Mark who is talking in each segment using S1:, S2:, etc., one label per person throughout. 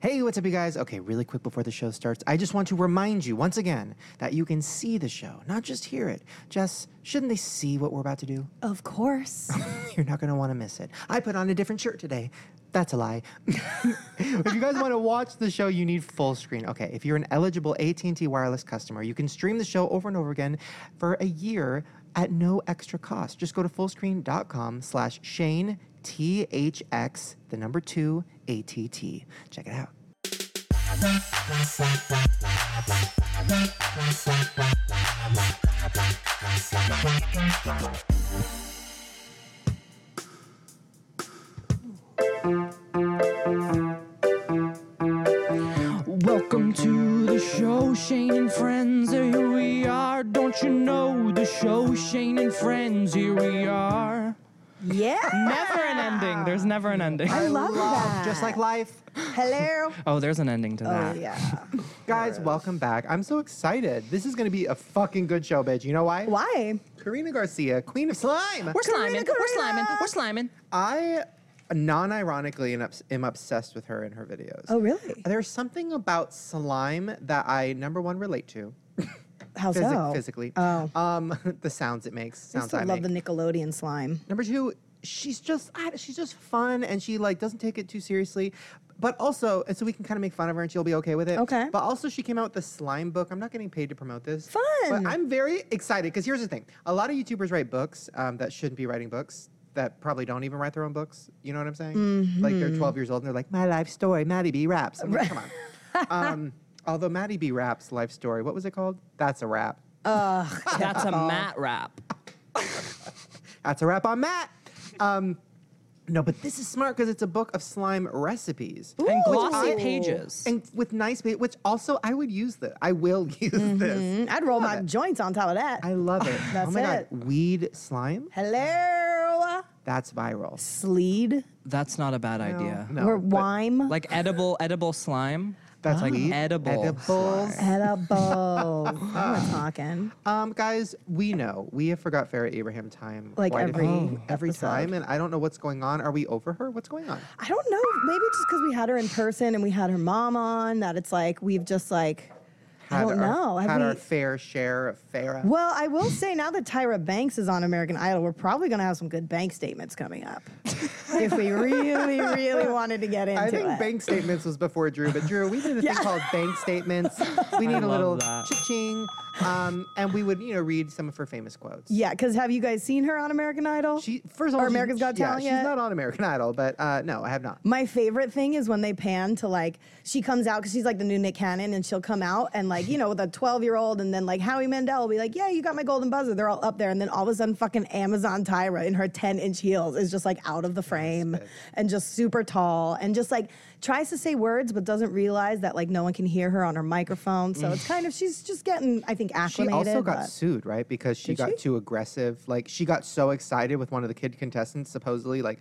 S1: Hey, what's up, you guys? Okay, really quick before the show starts, I just want to remind you once again that you can see the show, not just hear it. Jess, shouldn't they see what we're about to do?
S2: Of course.
S1: You're not going to want to miss it. I put on a different shirt today. That's a lie. if you guys want to watch the show, you need full screen. Okay, if you're an eligible AT&T wireless customer, you can stream the show over and over again for a year at no extra cost. Just go to fullscreen.com slash Shane THX, the number two ATT. Check it out.
S3: Welcome to the show, Shane and friends. Here we are. Don't you know the show, Shane and friends? Here we are.
S2: Yeah.
S3: Never an ending. There's never an ending.
S2: I love that.
S1: Just like life.
S2: Hello.
S3: Oh, there's an ending to
S2: Oh,
S3: that.
S2: yeah.
S1: Guys, welcome back. I'm so excited. This is going to be a fucking good show, bitch. You know why?
S2: Why?
S1: Karina Garcia, Queen of Slime.
S3: We're sliming.
S2: Karina,
S3: We're sliming. We're sliming.
S1: I non-ironically am, obs- am obsessed with her and her videos.
S2: Oh, really?
S1: There's something about slime that I number one relate to.
S2: How
S1: Physic-
S2: so?
S1: Physically.
S2: Oh.
S1: Um, the sounds it makes.
S2: I
S1: Sounds
S2: used to
S1: I,
S2: love
S1: make.
S2: the Nickelodeon slime.
S1: Number two, she's just I- she's just fun and she like doesn't take it too seriously. But also, and so we can kind of make fun of her and she'll be okay with it.
S2: Okay.
S1: But also, she came out with the slime book. I'm not getting paid to promote this.
S2: Fun.
S1: But I'm very excited because here's the thing: a lot of YouTubers write books um, that shouldn't be writing books that probably don't even write their own books. You know what I'm saying?
S2: Mm-hmm.
S1: Like they're 12 years old and they're like, "My life story, Maddie B raps." I'm like, come on. um, although Maddie B raps life story, what was it called? That's a wrap.
S3: That's a mat wrap.
S1: That's a wrap on Matt. Um, no, but this is smart because it's a book of slime recipes.
S3: And
S1: Which
S3: glossy
S1: I-
S3: pages.
S1: And with nice, pa- which also I would use this. I will use this.
S2: Mm, I'd roll my joints on top of that.
S1: I love it.
S2: Mm-hmm. That's
S1: oh my
S2: it.
S1: god, weed slime?
S2: Hello.
S1: That's viral.
S2: Sleed
S3: That's not a bad idea.
S1: No,
S2: or
S1: but
S2: wime.
S3: Like edible, edible slime.
S1: that's
S3: like
S1: weed.
S3: edible.
S1: Edibles.
S2: Edible. Now we're talking.
S1: Um, guys, we know we have forgot Farrah Abraham time.
S2: Like
S1: quite a
S2: every
S1: few- every
S2: episode.
S1: time, and I don't know what's going on. Are we over her? What's going on?
S2: I don't know. Maybe just because we had her in person and we had her mom on, that it's like we've just like, I don't
S1: our,
S2: know. Have
S1: Had
S2: we-
S1: our fair share of Farrah.
S2: Well, I will say now that Tyra Banks is on American Idol, we're probably going to have some good bank statements coming up. if we really, really wanted to get into
S1: I think
S2: it.
S1: bank statements was before Drew, but Drew, we did a
S2: Yeah.
S1: thing called bank statements. We need a
S3: love
S1: little
S3: that.
S1: cha-ching, um, and we would, you know, read some of her famous quotes.
S2: yeah, because have you guys seen her on American Idol?
S1: She first of all,
S2: Or
S1: she-
S2: America's Got
S1: yeah,
S2: Talent
S1: She's
S2: yet?
S1: not on American Idol, but uh, no, I have not.
S2: My favorite thing is when they pan to like she comes out because she's like the new Nick Cannon, and she'll come out and like you know with a twelve year old, and then like Howie Mandel will be like, "Yeah, you got my golden buzzer." They're all up there, and then all of a sudden, fucking Amazon Tyra in her ten inch heels is just like out of the frame and just super tall and just like tries to say words but doesn't realize that like no one can hear her on her microphone. So it's kind of she's just getting I think
S1: Mm. She
S2: acclimated.
S1: also got
S2: but-
S1: sued, right? Because she
S2: Did
S1: got
S2: she?
S1: too aggressive. Like she got so excited with one of the kid contestants, supposedly. Like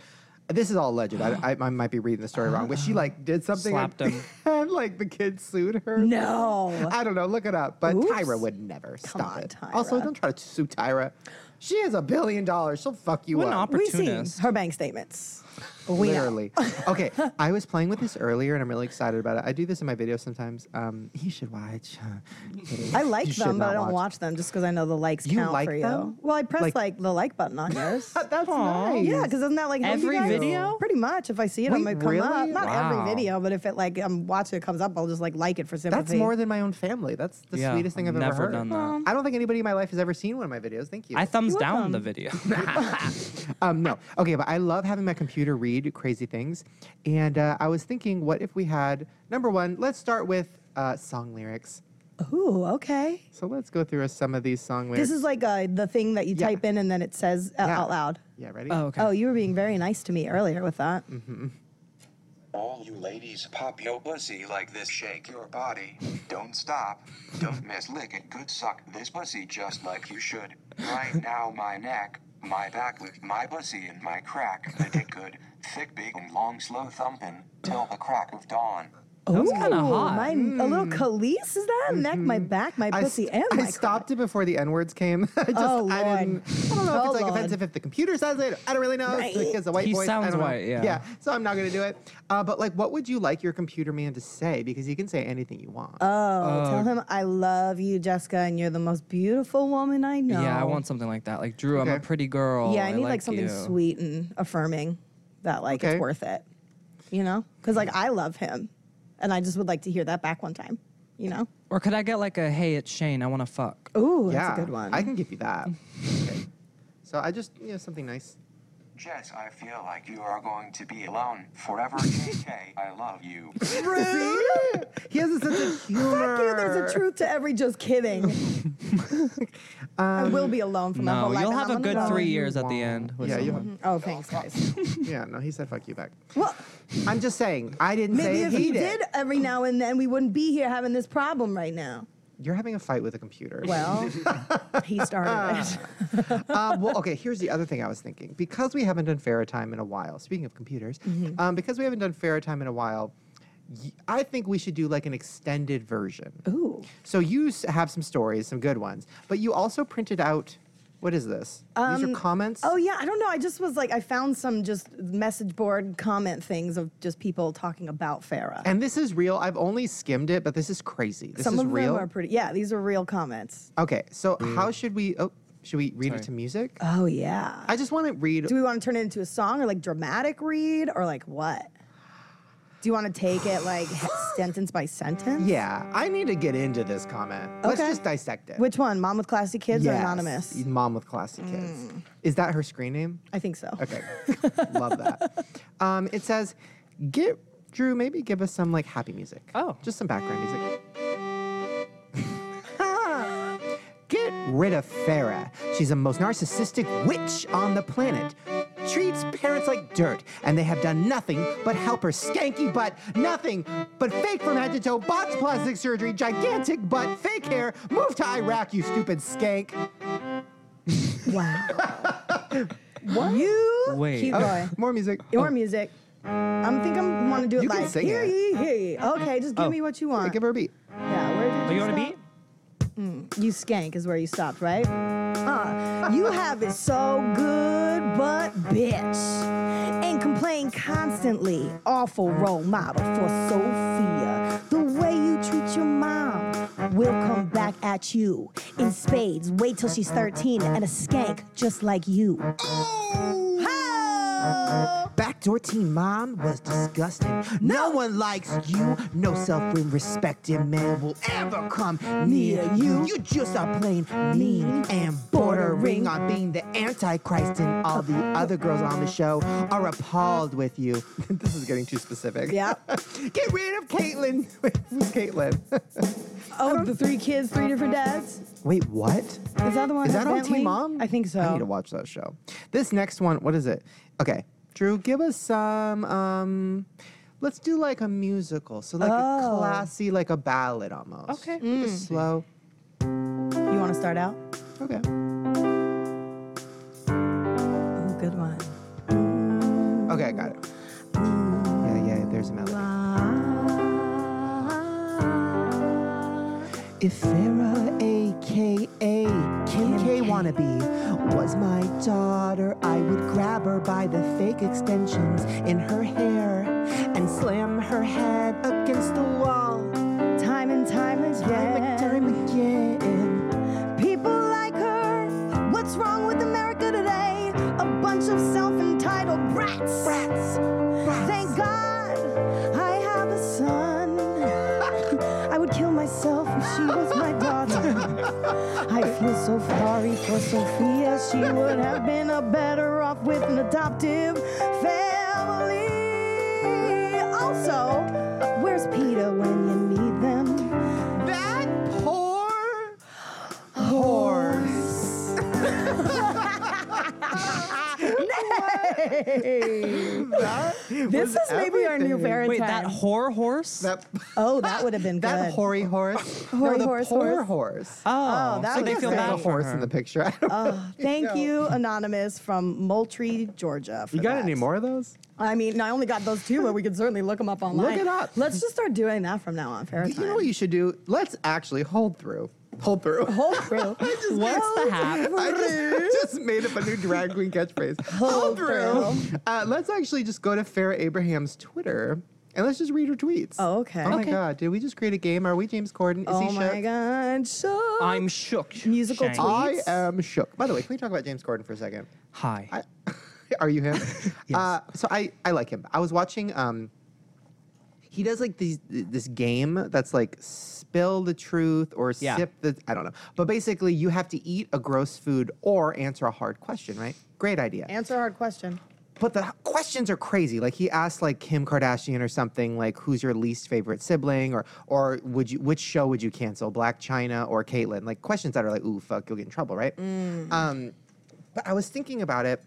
S1: this is all alleged. I, I, I might be reading the story wrong, but she like did something
S3: Slapped
S1: and,
S3: him.
S1: and like the kid sued her.
S2: no.
S1: I don't know. Look it up. But
S2: Oops.
S1: Tyra would never stop
S2: on,
S1: it.
S2: Tyra.
S1: Also, don't try to sue Tyra. She has a billion dollars. She'll fuck you
S3: What an
S1: up.
S2: We've seen
S3: opportunist.
S2: her bank statements. We know.
S1: Literally. okay, I was playing with this earlier, and I'm really excited about it. I do this in my videos sometimes. Um, you should watch. uh,
S2: I like
S1: You should
S2: them, but
S1: not
S2: I don't watch them just because I know the likes
S1: You
S2: count
S1: like
S2: for
S1: them?
S2: you. Well, I press
S1: Like- Oh,
S2: like, the like button on yours.
S1: Uh, That's
S3: Aw.
S1: nice.
S2: yeah, because isn't that like help you
S3: Every
S2: guys?
S3: video?
S2: Pretty much. If I see it, I'm
S1: Wait,
S2: gonna come up.
S1: really?
S2: Not
S3: Wow.
S2: every video, but if it like I'm watching it comes up, I'll just like like it for sympathy.
S1: That's more than my own family. That's the
S3: Yeah,
S1: sweetest thing I've
S3: I've
S1: ever
S3: never
S1: heard.
S3: done that.
S1: I don't think anybody in my life has ever seen one of my videos. Thank you.
S3: I thumbs
S2: You're
S3: down the
S2: welcome.
S3: video.
S1: Um, no. Okay, but I love having my computer read crazy things. And uh, I was thinking, what if we had number one? Let's start with uh, song lyrics.
S2: Ooh, okay.
S1: So let's go through some of these song lyrics.
S2: This is like uh, the thing that you
S1: Yeah.
S2: type in and then it says uh,
S1: Yeah.
S2: out loud.
S1: yeah, ready?
S3: oh, okay.
S2: Oh, you were being very nice to me earlier with that.
S1: Mm.
S4: All you ladies pop your pussy like this, shake your body. Don't stop. Don't miss lick it good suck this pussy just like you should. Right now my neck, my back lick my pussy and my crack. The dick good, thick big and long slow thumping, till the crack of dawn.
S3: That was kind of
S2: Ooh,
S3: hot. Mm.
S2: My, A little calice is that? Neck, my back, my
S1: Mm-hmm. I, s-
S2: pussy, and
S1: I
S2: my
S1: stopped it before the N words came. I just,
S2: Oh,
S1: I
S2: Lord.
S1: didn't. I don't know if
S2: Oh,
S1: it's like
S2: Lord.
S1: offensive if the computer says it. I don't really know. It's like,
S2: Right.
S1: it's a white
S3: He
S1: voice. I
S3: sounds
S1: don't know.
S3: white, yeah.
S1: Yeah. So I'm not gonna do it. Uh, but like, what would you like your computer man to say? Because he can say anything you want.
S2: Oh, tell him I love you, Jessica, and you're the most beautiful woman I know.
S3: Yeah, I want something like that. Like Drew, I'm a
S1: Okay.
S3: pretty girl.
S2: Yeah, I need like, something
S3: you."
S2: sweet and affirming that like
S1: Okay.
S2: it's worth it. You know, because like I love him, and I just would like to hear that back one time. You know.
S3: Or could I get like a hey, it's Shane, I want to fuck?
S2: Ooh,
S1: yeah.
S2: that's a good one.
S1: I can give you that. Okay. So I just, you know, something nice.
S4: Jess, I feel like you are going to be alone forever. JK, I love you.
S1: he has a sense of humor.
S2: Fuck you. There's a truth to every. Just kidding. I will be alone for my whole
S3: No,
S2: life.
S3: you'll
S2: and
S3: have
S2: I'm
S3: a
S2: gonna
S3: good
S2: know
S3: three
S2: it.
S3: years at the end. With
S1: Yeah, you
S3: someone.
S2: Oh, thanks, guys.
S1: yeah, no, he said fuck you back.
S2: well,
S1: I'm just saying, I didn't
S2: maybe
S1: say
S2: if
S1: he,
S2: he did every now and then, we wouldn't be here having this problem right now.
S1: You're having a fight with a computer.
S2: Well, he started it.
S1: um, well, okay, here's the other thing I was thinking. Because we haven't done Farratime in a while, speaking of computers,
S2: Mm-hmm.
S1: um, because we haven't done Farratime in a while, y- I think we should do like an extended version.
S2: Ooh.
S1: So you s- have some stories, some good ones, but you also printed out, what is this? These are comments?
S2: Oh yeah, I don't know. I just was like, I found some just message board comment things of just people talking about Farah.
S1: And this is real. I've only skimmed it, but this is crazy. This
S2: some
S1: is
S2: of
S1: real.
S2: them are pretty. Yeah, these are real comments.
S1: okay, so
S2: Mm.
S1: how should we, oh, should we read
S3: Sorry.
S1: it to music?
S2: Oh yeah.
S1: I just want to read.
S2: Do we want to turn it into a song or like dramatic read or like what? Do you want to take it like sentence by sentence?
S1: yeah, I need to get into this comment. Let's
S2: Okay.
S1: just dissect it.
S2: Which one, Mom with Classy Kids or
S1: Yes.
S2: Anonymous? Mm.
S1: Mom with classy kids. Is that her screen name?
S2: I think so.
S1: Okay. Love that. Um, it says, get Drew, maybe give us some like happy music.
S3: Oh.
S1: Just some background music. Get rid of Farah. She's the most narcissistic witch on the planet. Treats parents like dirt, and they have done nothing but help her skanky butt, nothing but fake from head to toe, botched plastic surgery, gigantic butt, fake hair. Move to Iraq, you stupid skank.
S2: Wow. what? You
S3: Wait.
S2: cute
S3: Oh.
S2: boy.
S1: More music.
S2: Your music. I'm think I'm want to do it
S1: You can
S2: live.
S1: sing
S2: hear
S1: it. Oh.
S2: ye, hear ye. Okay, just give me what you
S1: Yeah,
S2: want.
S1: give her a beat.
S2: yeah, where did
S3: Oh, you want a
S2: stop?
S3: beat?
S2: You skank is where you stopped, right? Uh, you have it so good, but bitch. And complain constantly. Awful role model for Sophia. The way you treat your mom will come back at you in spades. Wait till she's 13 and a skank just like you. Oh, Ho!
S1: Backdoor teen mom was disgusting. No, one likes you. No self respecting man will ever come near you. You just are plain mean and bordering on being the Antichrist, and all the other girls on the show are appalled with you. this is getting too specific.
S2: Yep.
S1: Get rid of Caitlyn. Wait, Who's Caitlyn?
S2: Oh, the three kids, three different dads.
S1: Wait, what?
S2: Is that the one?
S1: Is that on
S2: Bentley?
S1: Team Mom?
S2: I think so.
S1: I need to watch that show. This next one, what is it? Okay, Drew, give us some. Um, let's do like a musical, so like a
S2: Oh. Hmm.
S1: classy, like a ballad almost.
S3: Okay.
S1: Like a slow.
S2: You want to start out?
S1: Okay.
S2: Ooh, good one.
S1: Okay, I got it. Yeah, yeah. There's a melody.
S2: Ah,
S1: If Farah, aka Kim K wannabe, was my daughter, I would grab her by the fake extensions in her hair and slam her head against the wall.
S2: Time and time
S1: Time and
S2: again.
S1: time again.
S2: People like her. What's wrong with America today? A bunch of self entitled brats.
S1: Rats.
S2: Thank God I have a son. I would kill myself if she was my daughter. I feel so sorry for Sophia. She would have been a better off with an adoptive family. Also, where's Peter when you need them?
S1: That poor horse.
S2: Hey.
S1: That
S2: This is maybe our new favorite
S3: Wait, that whore horse?
S1: That,
S2: oh, that would have been good.
S1: that hoary horse.
S2: Hoary
S1: no, the
S2: horse
S1: poor
S2: horse.
S1: horse.
S3: oh,
S2: that
S3: so
S2: was
S3: they
S2: good.
S3: feel
S2: There's
S3: bad
S1: a
S2: no
S3: for
S1: horse
S3: her.
S1: in the picture. I don't
S2: Oh, thank you, Anonymous from Moultrie, Georgia. for
S1: you got
S2: that.
S1: any more of those?
S2: I mean, I only got those two, but we could certainly look them up online.
S1: it up.
S2: Let's just start doing that from now on. Fair time.
S1: You know what you should do? Let's actually hold through. Hold through.
S2: Hold through.
S3: What's the hap?
S1: I just, just made up a new drag queen catchphrase. Hold
S2: through.
S1: through. Uh, let's actually just go to Farrah Abraham's Twitter and let's just read her tweets.
S2: Oh, okay.
S1: Oh my
S3: Okay.
S1: God! Did we just create a game? Are we James Corden? Is
S2: Oh
S1: he
S2: my
S1: shook?
S2: God! So
S3: I'm shook.
S2: Musical
S3: Shane.
S2: tweet.
S1: I
S2: Tweets.
S1: am shook. By the way, can we talk about James Corden for a second?
S3: Hi.
S1: I, are you him? uh, so I, I like him. I was watching. Um, he does like these this game that's like spill the truth or
S3: Yeah.
S1: sip the I don't know. But basically, you have to eat a gross food or answer a hard question. Right? Great idea.
S2: Answer a hard question.
S1: But the h- questions are crazy. Like he asked like Kim Kardashian or something like who's your least favorite sibling or or would you which show would you cancel Black China or Caitlyn? Like questions that are like ooh fuck you'll get in trouble right.
S2: Mm.
S1: Um, but I was thinking about it.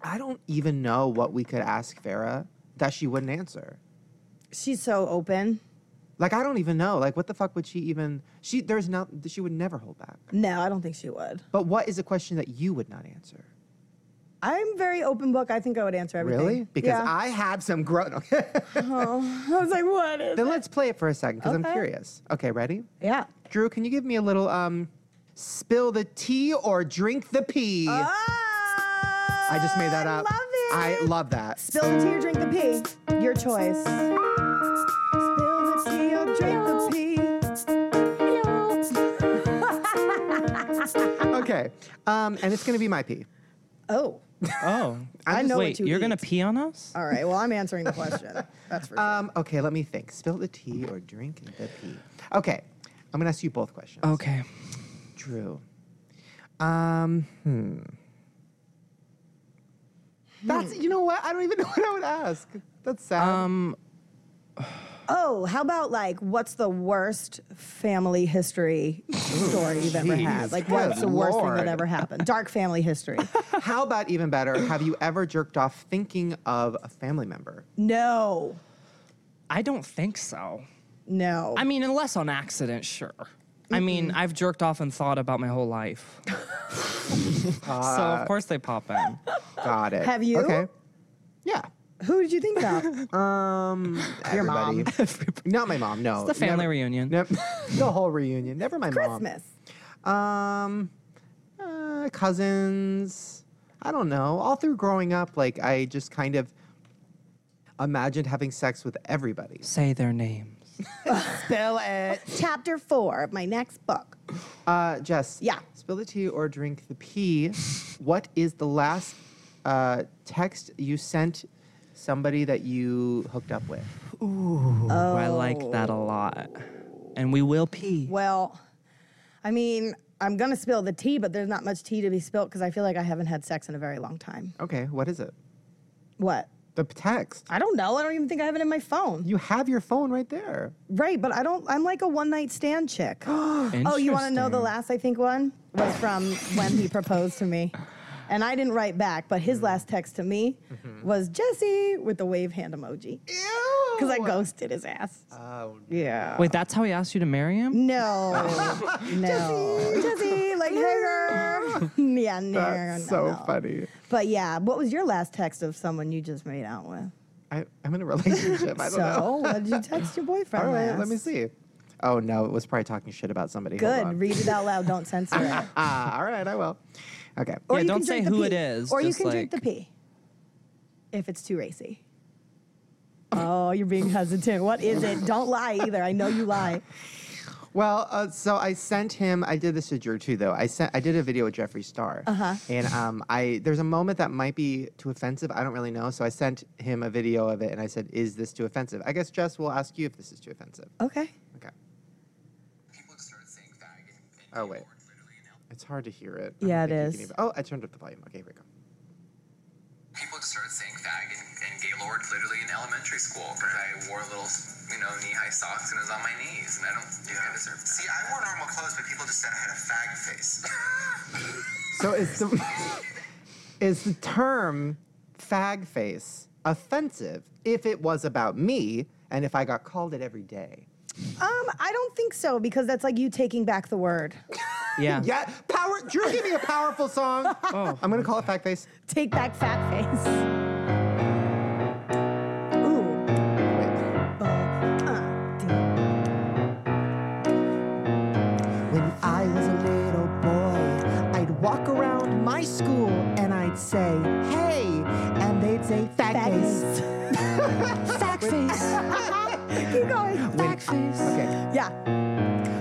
S1: I don't even know what we could ask Farah that she wouldn't answer.
S2: She's so open.
S1: Like I don't even know. Like what the fuck would she even? She there's not she would never hold back.
S2: No, I don't think she would.
S1: But what is a question that you would not answer?
S2: I'm very open book. I think I would answer everything.
S1: Really? Because
S2: yeah.
S1: I have some grown. Okay.
S2: Oh, I was like, what is?
S1: Then let's play it for a second because
S2: Okay.
S1: I'm curious. Okay, ready?
S2: Yeah.
S1: Drew, can you give me a little um spill the tea or drink the pee? I just made that
S2: Oh, Ah, I
S1: up.
S2: Love it.
S1: I love that.
S2: Spill the tea or drink the pee. Your choice. Spill the tea or drink the
S1: Okay. Um, and it's gonna be my pee.
S2: pee. Oh.
S3: Oh.
S1: I'm
S2: I
S1: just-
S2: know
S3: Wait,
S2: what you
S3: you're going to
S2: eat.
S3: pee on us?
S2: All right. Well, I'm answering the question. That's for sure.
S1: Um, okay, let me think. Spill the tea or drink the pee. Okay. I'm gonna ask you both questions.
S3: Okay.
S1: Drew. Um, hmm. That's
S2: Hmm.
S1: you know what? I don't even know what I would ask. That's sad.
S3: Um,
S2: oh, how about like, what's the worst family history story you've ever had?
S1: Jeez,
S2: Like, what's
S1: good
S2: the worst thing
S1: lord.
S2: that ever happened? Dark family history.
S1: How about even better? Have you ever jerked off thinking of a family member?
S2: No.
S3: I don't think so.
S2: No.
S3: I mean, unless on accident, sure. I mean, I've jerked off and thought about my whole life. so,
S1: Uh,
S3: of course, they pop in.
S1: Got it.
S2: Have you?
S1: Okay. Yeah.
S2: Who did you think about?
S1: Um. Your
S2: mom.
S1: Not my mom. No.
S3: It's the family reunion.
S1: Never, the whole reunion. Never my
S2: Christmas.
S1: mom. Um. Uh, cousins. I don't know. All through growing up, like I just kind of imagined having sex with everybody.
S3: Say their names.
S1: Spill it.
S2: Oh, Chapter four of my next book.
S1: Uh, Jess.
S2: Yeah.
S1: Spill the tea or drink the pee. What is the last uh, text you sent somebody that you hooked up with?
S3: Ooh, I like that a
S2: Oh.
S3: lot. And we will pee.
S2: Well, I mean, I'm gonna spill the tea, but there's not much tea to be spilt because I feel like I haven't had sex in a very long time.
S1: Okay, what is it?
S2: What?
S1: The p- text.
S2: I don't know. I don't even think I have it in my phone.
S1: You have your phone right there.
S2: Right, but I don't. I'm like a one night stand chick. oh, you want to know the
S3: Interesting.
S2: last? I think one was from when he proposed to me, and I didn't write back. But his last text to me
S1: Mm-hmm.
S2: was Jesse with the wave hand emoji because I ghosted his ass.
S1: Oh,
S2: Yeah.
S3: Wait, that's how he asked you to marry him?
S2: No, no, Jesse, like hey girl. yeah, no,
S1: that's
S2: no,
S1: so
S2: no.
S1: funny.
S2: But yeah, what was your last text of someone you just made out with?
S1: I, I'm in a relationship. I don't
S2: so,
S1: know.
S2: what did you text your boyfriend?
S1: All right, let me
S2: last?
S1: see. Oh no, it was probably talking shit about somebody. Hold on.
S2: Good. Read it out loud. Don't censor it.
S1: ah, all right, I will. Okay.
S2: Or
S3: Yeah,
S2: you
S3: don't
S2: can
S3: say
S2: drink the
S3: who it
S2: pee.
S3: is,
S2: Or you
S3: just
S2: can drink the
S3: like-
S2: pee. If it's too racy. Oh, you're being hesitant. What is it? Don't lie either. I know you lie.
S1: Well, uh, so I sent him. I did this to Drew too, though. I sent. I did a video with Jeffree Star, uh-huh. and um, I there's a moment that might be too offensive. I don't really know, so I sent him a video of it, and I said, "Is this too offensive?" I guess Jess will ask you if this is too offensive.
S2: Okay.
S1: Okay.
S5: People started saying fag and, and
S1: Oh, wait.
S5: N-word literally now.
S1: It's hard to hear it.
S2: Yeah,
S1: it is.
S2: it is.
S1: oh, I turned up the volume. Okay, here we go.
S5: People started saying fag and, and gay lord literally in elementary school because I wore little, you know, knee high socks and it was on my knees, and I don't think I deserve that. See, I wore normal clothes, but people just said I had a fag face.
S1: So is the is the term "fag face" offensive if it was about me and if I got called it every day.
S2: Um, I don't think so because that's like you taking back the word.
S3: Yeah.
S1: Yeah, power. Drew, give me a powerful song.
S3: Oh.
S1: I'm gonna call it Backface.
S2: Take back fat face. Ooh.
S1: Wait.
S2: Bull. Uh, dee.
S1: When I was a little boy, I'd walk around my school and I'd say, "Hey," and they'd say,
S2: Fat
S1: "Backface."
S2: face.
S3: Backface.
S2: Keep going.
S3: Backface.
S1: Okay.
S2: Yeah.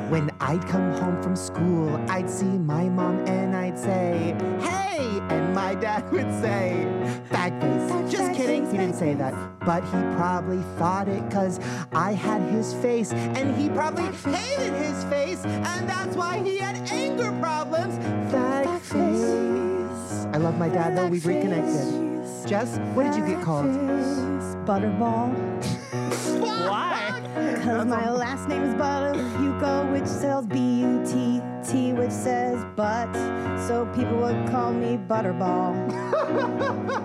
S1: When I'd come home from school, I'd see my mom and I'd say, Hey! And my dad would say, Backface. Just kidding, he didn't say that. But he probably thought it because I had his face and he probably hated his face and that's why he had anger problems. Backface. I love my dad though, we reconnected. Jess, what did you get called?
S2: Butterball.
S3: Why?
S2: Because Uh, my last name is Butterfuco, which sells B U T T, which says butt. So people would call me Butterball.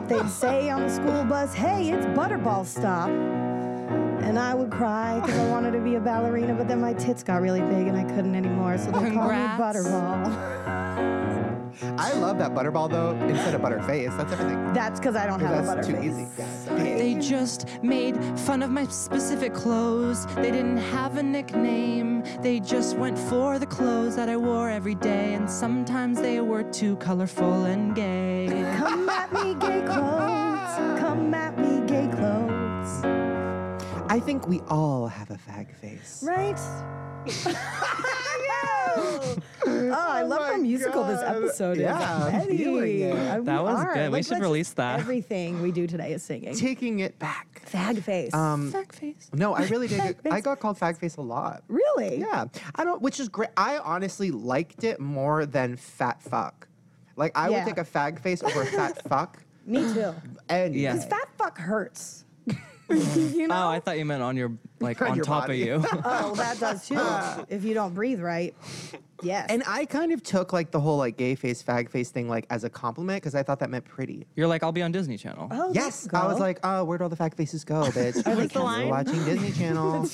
S2: They'd say on the school bus, hey, it's Butterball stop. And I would cry because I wanted to be a ballerina, but then my tits got really big and I couldn't anymore. So they called me
S3: Congrats.
S2: Butterball.
S1: I love that butterball though, instead of butterface. That's everything.
S2: That's because I don't have
S1: That's
S2: a
S1: too
S2: butterface.
S1: easy. Yeah,
S3: They just made fun of my specific clothes. They didn't have a nickname. They just went for the clothes that I wore every day. And sometimes they were too colorful and gay.
S2: Come at me, gay clothes. Come at me, gay clothes.
S1: I think we all have a fag face.
S2: Right? Oh, I love
S1: my
S2: how musical this
S1: God.
S2: episode is.
S1: Yeah, I'm
S2: Already.
S1: feeling it.
S2: I- we
S3: That was
S2: are.
S3: good. We should
S2: let's-
S3: release that.
S2: Everything we do today is singing.
S1: Taking it back.
S2: Fag face.
S1: Um,
S3: Backface.
S1: no, I really did. Get, I
S2: Fagface.
S1: got called fag face a lot.
S2: really?
S1: Yeah, I don't. Which is great. I honestly liked it more than fat fuck. Like I would
S2: Yeah.
S1: take a fag face over a fat fuck.
S2: Me too.
S1: And
S3: Yeah.
S2: Because fat fuck hurts. you know?
S3: Oh, I thought you meant on your like
S1: On
S3: on
S1: your
S3: top
S1: body.
S3: of you.
S2: oh, that does too. if you don't breathe right. Yes.
S1: Uh, and I kind of took like the whole like gay face fag face thing like as a compliment because I thought that meant pretty.
S3: You're like, I'll be on Disney Channel.
S2: oh, there
S1: Yes,
S2: you
S1: I was
S2: go.
S1: like, oh, where'd all the fag faces go, bitch? I
S3: What's the line?
S1: We're watching Disney Channel.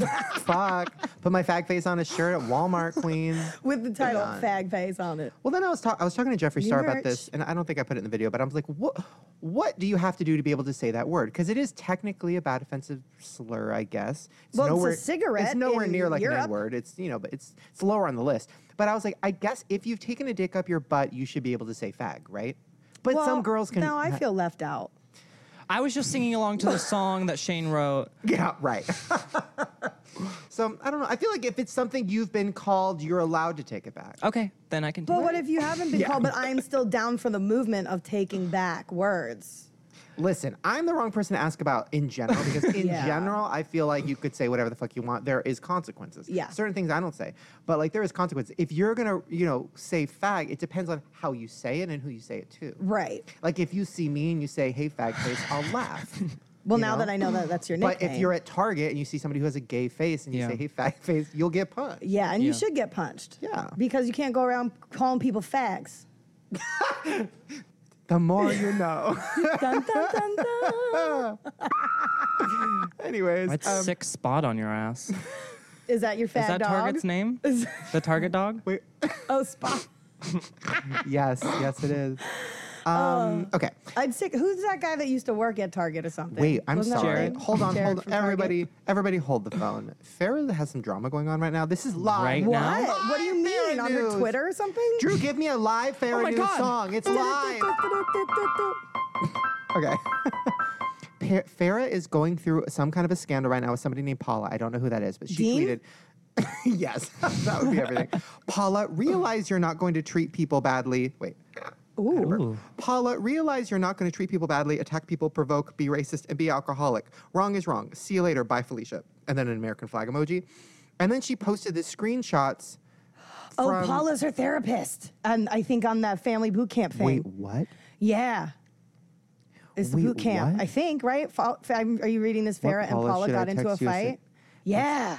S1: Fuck. Put my fag face on a shirt at Walmart, Queen.
S2: with the title
S1: on.
S2: "Fag Face" on it.
S1: Well, then I was ta- I was talking to Jeffree
S2: New
S1: Star about
S2: merch.
S1: this, and I don't think I put it in the video, but I was like, what What do you have to do to be able to say that word? Because it is technically a bad offensive slur, I guess. It's
S2: Well, it's a
S1: nowhere, It's
S2: cigarette
S1: nowhere
S2: in
S1: near like an
S2: Europe.
S1: N word. It's you know, but it's it's lower on the list. But I was like, I guess if you've taken a dick up your butt, you should be able to say fag, right? But
S2: Well,
S1: some girls can.
S2: No, I
S1: ha-
S2: feel left out.
S3: I was just singing along to the song that Shane wrote.
S1: Yeah, right. so I don't know. I feel like if it's something you've been called, you're allowed to take it back.
S3: Okay, then I can do
S2: But what
S3: it.
S2: if you haven't been called? But I am still down for the movement of taking back words.
S1: Listen, I'm the wrong person to ask about in general because in
S2: Yeah.
S1: general, I feel like you could say whatever the fuck you want. There is consequences.
S2: Yeah.
S1: Certain things I don't say, but like there is consequences. If you're gonna, you know, say fag, it depends on how you say it and who you say it to.
S2: Right.
S1: Like if you see me and you say, "Hey, fag face," I'll laugh.
S2: Well,
S1: You
S2: now
S1: know?
S2: that I know that that's your nickname.
S1: But if you're at Target and you see somebody who has a gay face and you
S3: Yeah.
S1: say, "Hey, fag face," you'll get punched.
S2: yeah, and you
S3: Yeah.
S2: should get punched.
S1: Yeah.
S2: Because you can't go around calling people fags.
S1: The more you know.
S2: Dun, dun, dun, dun.
S1: Anyways,
S3: That's
S1: um,
S3: sick spot on your ass. Is
S2: Is that your fag
S3: that
S2: dog?
S3: Target's name?
S2: Is-
S3: The Target dog?
S1: wait.
S2: oh, spot.
S1: yes, yes, it is.
S2: Oh.
S1: Um, okay.
S2: I'm sick. Who's that guy that used to work at Target or something?
S1: Wait, I'm
S2: Wasn't that
S1: sorry.
S2: Jared?
S1: Hold on,
S2: Jared
S1: hold
S2: from
S1: on.
S2: Target?
S1: Everybody, everybody hold the phone. Farrah has some drama going on right now. This is live.
S3: Right
S2: What?
S3: now?
S2: What do you
S1: Live
S2: mean? On her
S1: news.
S2: Twitter or something? Oh
S1: Drew, give me a live Farrah
S3: my
S1: News
S3: God.
S1: song. It's live. okay. Pa- Farrah is going through some kind of a scandal right now with somebody named Paula. I don't know who that is, but she
S2: Dean?
S1: tweeted. yes, that would be everything. Paula, realize you're not going to treat people badly. Wait.
S3: Ooh.
S1: Paula, realize you're not going to treat people badly, attack people, provoke, be racist, and be alcoholic. Wrong is wrong. See you later. Bye, Felicia. And then an American flag emoji. And then she posted the screenshots.
S2: Oh,
S1: from-
S2: Paula's her therapist. And I think on that family boot camp thing.
S1: Wait, what?
S2: Yeah. It's the
S1: Wait,
S2: boot camp,
S1: what?
S2: I think, right? Fa- fa- I'm- Are you reading this?
S1: What
S2: Farah and
S1: Paula
S2: Paula
S1: should I
S2: got into a
S1: text you? Is it-
S2: fight. Yeah.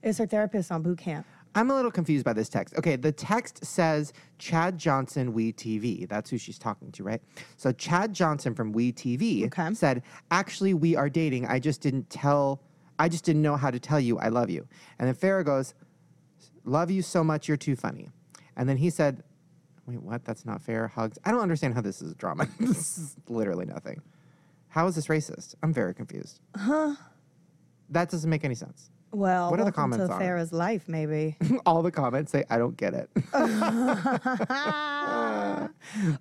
S2: It's her therapist on boot camp.
S1: I'm a little confused by this text. Okay, the text says Chad Johnson, We TV. That's who she's talking to, right? So Chad Johnson from We TV
S2: Okay.
S1: said, "Actually, we are dating. I just didn't tell. I just didn't know how to tell you I love you." And then Farrah goes, "Love you so much. You're too funny." And then he said, "Wait, what? That's not fair. Hugs. I don't understand how this is drama. this is literally nothing. How is this racist? I'm very confused. Huh? That doesn't make any sense."
S2: Well,
S1: What are the
S2: welcome
S1: comments
S2: to
S1: on it?
S2: Farrah's life, maybe.
S1: All the comments say, I don't get it.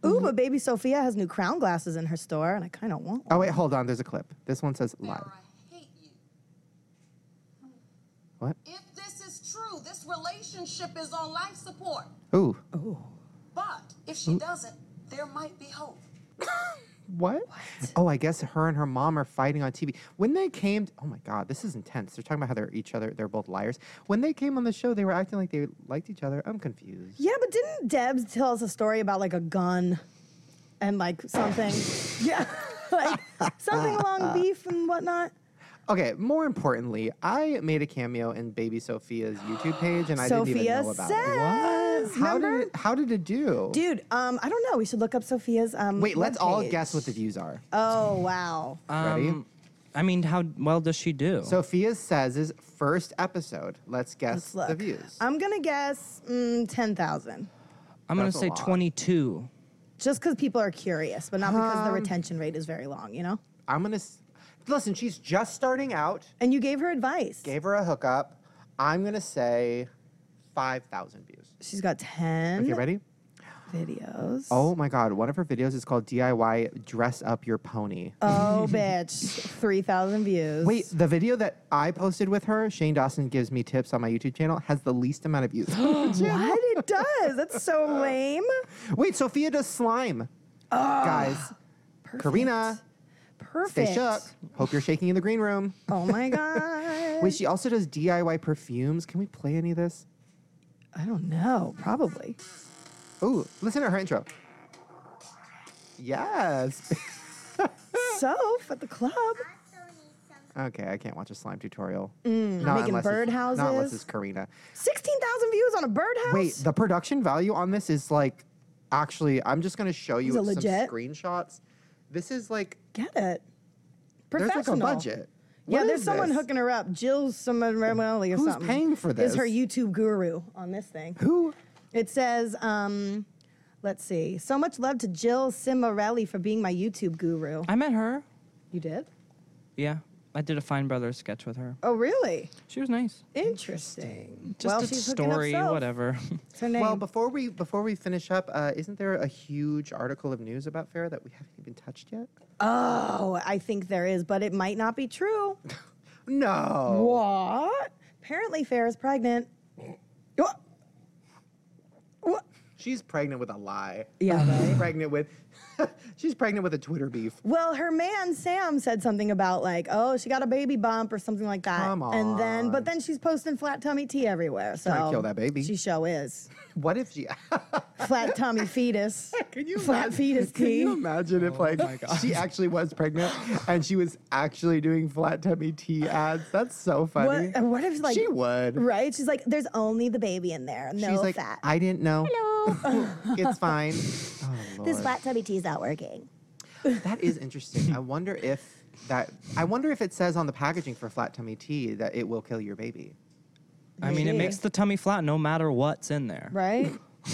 S2: Ooh, but baby Sophia has new crown glasses in her store, and I kind of want one.
S1: oh, wait, hold on. There's a clip. This one says live.
S6: Farrah, I hate you.
S1: What?
S6: If this is true, this relationship is on life support.
S1: Ooh.
S6: But if she doesn't, there might be hope.
S1: What? Oh, I guess her and her mom are fighting on TV. When they came, oh my God, this is intense. They're talking about how they're each other, they're both liars. When they came on the show, they were acting like they liked each other. I'm confused.
S2: Yeah, but didn't Debs tell us a story about like a gun and like something? yeah, like something along beef and whatnot.
S1: Okay, more importantly, I made a cameo in Baby Sophia's YouTube page and I didn't
S2: Sophia
S1: even know about it.
S2: says,
S1: What? How did
S2: remember?
S1: it, how did it do?
S2: Dude, um, I don't know. We should look up Sophia's. Um,
S1: Wait, let's all
S2: webpage.
S1: guess what Uh, the views are.
S2: Oh wow!
S1: Ready?
S3: Um, I mean, how well does she do?
S1: Sophia says is first episode. Let's guess
S2: Let's look.
S1: the views.
S2: I'm gonna guess mm, ten thousand,
S3: I'm gonna
S1: that's a
S3: say
S1: lot.
S3: 22.
S2: just because people are curious, but not because the
S1: Um,
S2: retention rate is very long. You know.
S1: I'm gonna s- listen. She's just starting out.
S2: And you gave her advice.
S1: Gave her a hookup. I'm gonna say five thousand views.
S2: She's got ten
S1: Okay, ready?
S2: videos.
S1: Oh my God! One of her videos is called DIY Dress Up Your Pony.
S2: Oh, bitch. 3,000 views.
S1: Wait, the video that I posted with her, Shane Dawson gives me tips on my YouTube channel, has the least amount of views.
S2: What? It does. That's so lame.
S1: Wait, Sophia does slime. Guys, Karina,
S2: Perfect.
S1: stay shook. Hope you're shaking in the green room.
S2: Oh my God.
S1: Wait, she also does DIY perfumes. Can we play any of this?
S2: I don't know. Probably.
S1: Oh, listen to her intro. Yes.
S2: Soph at the club.
S1: okay, I can't watch a slime tutorial.
S2: Mm, making
S1: unless it's- Not unless
S2: birdhouses.
S1: it's Karina.
S2: 16,000 views on a birdhouse?
S1: Wait, the production value on this is like, actually, I'm just gonna show you
S2: Is it
S1: some
S2: legit?
S1: screenshots's. This is like,
S2: Get it.
S1: there's like a
S2: Professional.
S1: budget.
S2: Yeah,
S1: What
S2: there's
S1: is
S2: someone
S1: this?
S2: hooking her up. Jill someone or
S1: Who's
S2: something.
S1: paying for
S2: Is her
S1: this?
S2: YouTube guru on this thing.
S1: Who?
S2: It says, um, let's see. So much love to Jill Cimarelli for being my YouTube guru.
S3: I met her.
S2: You did?
S3: Yeah, I did a Fine Brothers sketch with her.
S2: Oh, really?
S3: She was nice.
S2: Interesting.
S3: Just a
S2: hooking up
S3: story,
S2: Soph.
S3: whatever.
S2: It's her name.
S1: Well, before we before we finish up, uh, isn't there a huge article of news about Farah that we haven't even touched yet?
S2: oh, I think there is, but it might not be true.
S1: No.
S2: what? Apparently, Farrah's pregnant. What? What?
S1: She's pregnant with a lie.
S2: Yeah, right.
S1: pregnant with she's pregnant with a Twitter beef.
S2: Well, her man Sam said something about like, oh, she got a baby bump or something like that.
S1: Come
S2: And then,
S1: on.
S2: but then she's posting flat tummy tea everywhere. So
S1: Gotta kill that baby.
S2: She show is
S1: What if she
S2: flat tummy fetus.
S1: Can you
S2: Flat
S1: imagine,
S2: fetus
S1: Can you
S2: tea.
S1: imagine if like she actually was pregnant and she was actually doing flat tummy tea ads? That's so funny.
S2: What, what if like
S1: she would?
S2: Right? She's like, there's only the baby in there. No
S1: She's like,
S2: fat.
S1: I didn't know. it's fine. Oh,
S2: this
S1: Lord.
S2: flat tubby tea's not working.
S1: That is interesting. I wonder if that. I wonder if it says on the packaging for flat tummy tea that it will kill your baby.
S3: I mean, it
S2: Maybe.
S3: makes the tummy flat no matter what's in there.
S2: Right?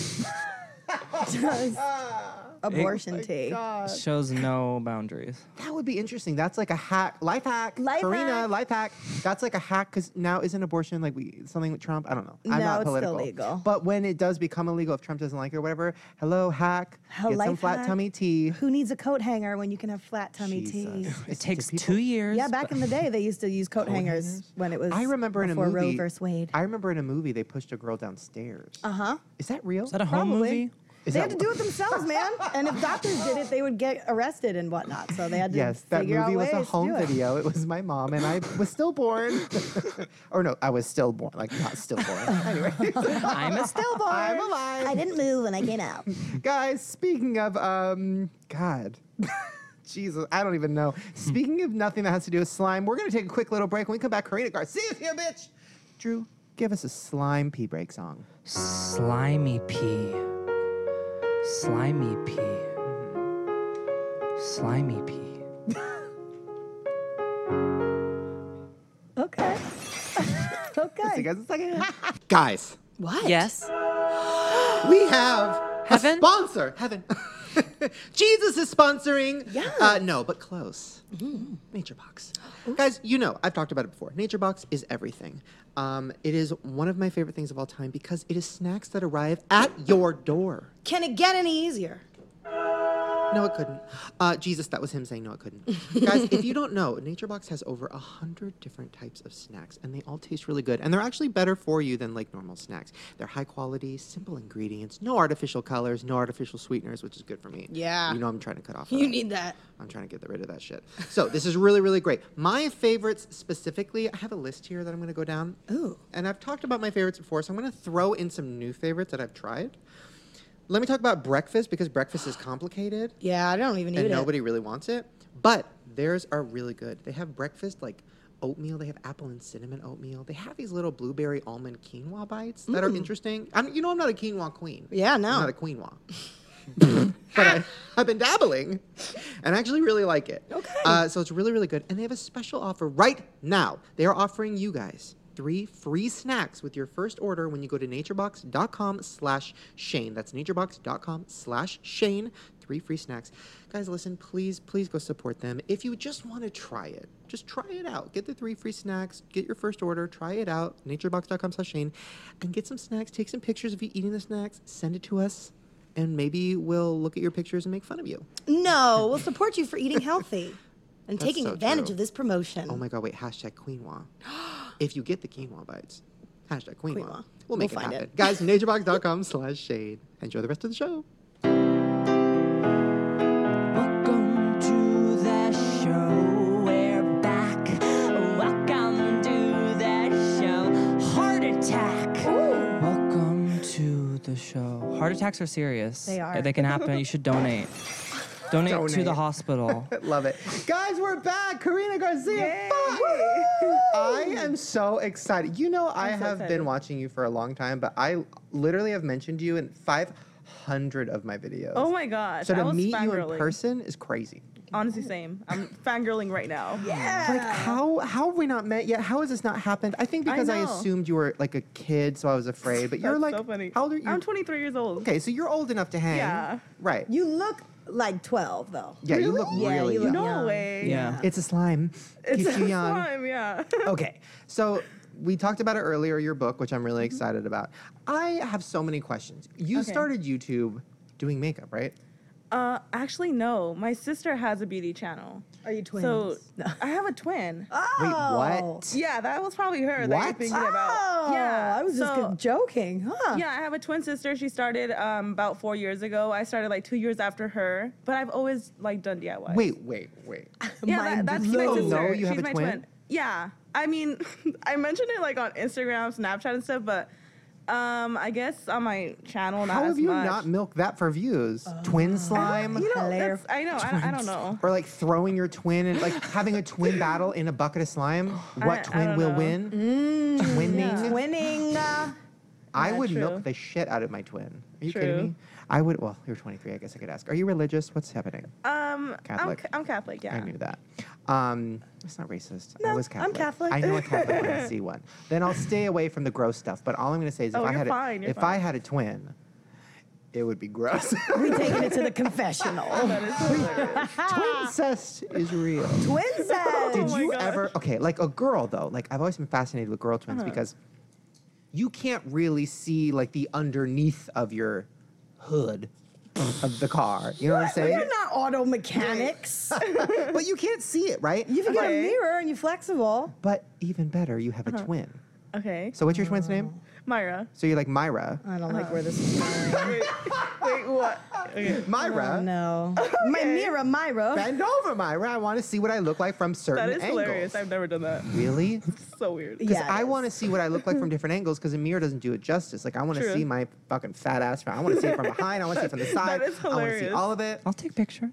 S2: Just abortion tea.
S1: Oh God.
S3: Shows no boundaries.
S1: That would be interesting. That's like a hack, life hack.
S2: Life
S1: Karina,
S2: hack.
S1: life hack. That's like a hack because now isn't abortion like we something with Trump? I don't know. I'm
S2: No,
S1: not
S2: it's still
S1: political.
S2: legal.
S1: But when it does become illegal, if Trump doesn't like it or whatever, hello hack.
S2: Hell,
S1: Get some
S2: life
S1: flat
S2: hack.
S1: tea. tea.
S2: Who needs a coat hanger when you can have flat tummy
S1: Jesus.
S2: teas?
S1: It's-
S3: It takes
S1: do people-
S3: two years.
S2: Yeah, back in the day, they used to use coat hangers, when it was
S1: I remember in a
S2: before
S1: movie.
S2: Roe versus Wade.
S1: I remember in a movie they pushed a girl downstairs. Uh
S2: Uh-huh.
S1: Is that real?
S3: Is that a home
S2: Probably.
S3: movie?
S1: Is
S2: they
S1: that-
S2: had to do it themselves, man. And if doctors did it, they would get arrested and whatnot. So they had to
S1: Yes, that
S2: figure
S1: movie
S2: out
S1: was
S2: ways
S1: a
S2: to
S1: home
S2: do it.
S1: video. It was my mom, and I was stillborn. or no, I was stillborn, like not stillborn. anyway,
S3: I'm a
S2: Stillborn.
S1: I'm alive.
S2: I didn't move when I came out.
S1: guys. Speaking of, um, God. Jesus, I don't even know. Speaking of nothing that has to do with slime, we're gonna take a quick little break. When we come back, Karina Garcia's here, bitch. Drew, Give us a slime pee break song.
S3: Slimy pee. Slimy pee. Slimy pee.
S2: Okay. okay.
S1: Guys, it's like a-
S7: Guys,
S2: What?
S3: Yes.
S7: we have
S3: Heaven?
S7: a sponsor. Heaven. Jesus is sponsoring.
S2: Yeah.
S7: Uh, no, but close.
S3: Mm-hmm.
S7: Nature Box. Guys, you know, I've talked about it before. Nature Box is everything. Um, it is one of my favorite things of all time because it is snacks that arrive at your door.
S2: Can it get any easier?
S7: No, it couldn't. Uh, Jesus, that was him saying no, it couldn't. Guys, if you don't know, Nature Box has over a hundred different types of snacks, and they all taste really good. And they're actually better for you than like normal snacks. They're high quality, simple ingredients, no artificial colors, no artificial sweeteners, which is good for me.
S2: Yeah.
S7: You know, I'm trying to cut off.
S2: You
S7: that.
S2: need that.
S7: I'm trying to get rid of that shit. So this is really, really great. My favorites specifically, I have a list here that I'm going to go down.
S2: Ooh.
S7: And I've talked about my favorites before, so I'm going to throw in some new favorites that I've tried. Let me talk about breakfast because breakfast is complicated
S2: Yeah, I don't even need
S7: and
S2: it.
S7: nobody really wants it. But theirs are really good. They have breakfast like oatmeal. They have apple and cinnamon oatmeal. They have these little blueberry almond quinoa bites that are interesting. I'm, you know, I'm not a quinoa queen.
S2: Mm. Yeah,
S7: I'm
S2: no.
S7: not a quinoa. but I, I've been dabbling, and I actually really like it.
S2: Okay.
S7: Uh, so it's really really good, and they have a special offer right now. They are offering you guys three free snacks with your first order when you go to naturebox.com/shane. That's naturebox.com/shane. Three free snacks, guys. Listen, please please go support them. If you just want to try it, just try it out. Get the three free snacks. Get your first order. Try it out. Naturebox.com/shane, and get some snacks. Take some pictures of you eating the snacks. Send it to us. And maybe we'll look at your pictures and make fun of you.
S2: No, we'll support you for eating healthy and taking
S7: so
S2: advantage
S7: true.
S2: of this promotion.
S7: Oh my god, wait, hashtag quinoa. if you get the quinoa bites, hashtag quinoa.
S2: Quinoa.
S7: We'll make
S2: We'll
S7: it
S2: find
S7: happen.
S2: it.
S7: Guys, naturebox.com slash shade. Enjoy the rest of the show.
S3: Welcome to the show. We're back. Welcome to the show. Heart attack. Welcome to the show. Heart attacks are serious.
S2: They are.
S3: They can happen. You should donate. Donate, to the
S1: Donate.
S3: hospital.
S1: Love it. Guys, we're back. Karina Garcia. fuck! I am so excited. You know, i have been watching you for a long time, but I literally have mentioned you in 500 of my videos.
S8: Oh my gosh.
S1: So
S8: I
S1: to
S8: was
S1: meet you in
S8: fangirling.
S1: person is crazy.
S8: Honestly, same. I'm fangirling right now. Yeah.
S1: Like how how have we not met yet? How has this not happened? I think
S8: I
S1: because I,
S8: know.
S1: assumed you were like a kid, so I was afraid. But you're like
S8: so funny.
S1: how old are you?
S8: I'm 23 years old.
S1: Okay, so you're old enough to hang.
S8: Yeah.
S1: Right.
S2: You look like 12, though.
S1: yeah, you look
S2: Yeah,
S1: really
S2: you
S1: young.
S2: look
S8: No
S2: young.
S8: way.
S3: Yeah.
S1: It's a slime.
S8: It's
S1: Keeps you young.
S8: slime, yeah.
S1: Okay. So we talked about it earlier, your book, which I'm really excited about. I have so many questions. You
S8: Mm-hmm. Okay.
S1: started YouTube doing makeup, right?
S8: Uh, actually, no. My sister has a beauty channel.
S2: Are you twins?
S8: So
S2: No.
S8: I have a twin.
S1: Wait,
S2: Oh.
S1: what?
S8: Yeah, that was probably her that you're
S1: Ah. What?
S8: thinking
S2: Oh,
S8: about. Yeah,
S2: I was just
S8: so-
S2: joking, huh?
S8: Yeah, I have a twin sister. She started um, about four years ago. I started like two years after her, but I've always like done DIY.
S1: Wait, wait, wait.
S8: yeah,
S2: mind
S8: that, that's
S1: blown.
S8: my sister.
S1: No, you
S8: She's
S1: have a
S8: my
S1: twin?
S8: twin? Yeah, I mean, I mentioned it like on Instagram, Snapchat, and stuff, but um, I guess on my channel not
S1: How
S8: as
S1: have you
S8: much.
S1: not milked that for views? Twin slime?
S8: you know,
S2: Claire
S8: that's, I know. I, don't- I don't know.
S1: or like throwing your twin and like having a twin battle in a bucket of slime. What
S8: I
S1: twin
S8: don't
S1: will
S8: know.
S1: win?
S8: Mm,
S1: Winning.
S2: Winning. Uh,
S1: I would
S8: true.
S1: milk the shit out of my twin. Are you kidding
S8: True.
S1: me? I would. Well, you're 23. I guess I could ask. Are you religious? What's happening?
S8: Um,
S1: Catholic.
S8: I'm, I'm Catholic. Yeah.
S1: I knew that. Um, it's not racist. I
S2: No,
S1: was Catholic.
S2: I'm Catholic.
S1: I know a Catholic when I see one. Then I'll stay away from the gross stuff. But all I'm gonna say is,
S8: Oh,
S1: if I
S8: you're
S1: had
S8: fine,
S1: a,
S8: you're
S1: if I
S8: fine.
S1: had a twin, it would be gross.
S2: we're taking it to the confessional.
S8: That is hilarious.
S1: twin cest is real.
S2: Twins.
S1: Did
S8: Oh my
S1: you
S8: gosh.
S1: ever? Okay, like a girl though. Like I've always been fascinated with girl twins
S8: Uh-huh.
S1: because you can't really see like the underneath of your hood of the car. You know what I'm saying?
S2: You're not auto mechanics.
S1: But you can't see it, right?
S2: you can get a
S8: Okay.
S2: mirror and you're flexible.
S1: But even better, you have a
S8: Uh-huh.
S1: twin.
S8: okay.
S1: So what's your twin's name?
S8: Oh. Myra.
S1: So you're like Myra.
S8: Uh,
S2: I don't
S8: Uh-huh.
S2: like where this is going.
S8: Wait, wait, what? Okay.
S1: Myra.
S2: Oh, no. My Mira, Myra.
S1: Bend over, Myra. I want to see what I look like from certain
S8: That is
S1: angles.
S8: hilarious. I've never done that.
S1: really?
S8: So weird.
S2: Yeah, it
S1: I
S2: is.
S1: want to see what I look like from different angles because a mirror doesn't do it justice. Like I want to
S8: True.
S1: see my fucking fat ass. From, I want to see it from behind. I want to see it from the side.
S8: is
S1: I want to see
S8: hilarious.
S1: all of it.
S3: I'll take pictures.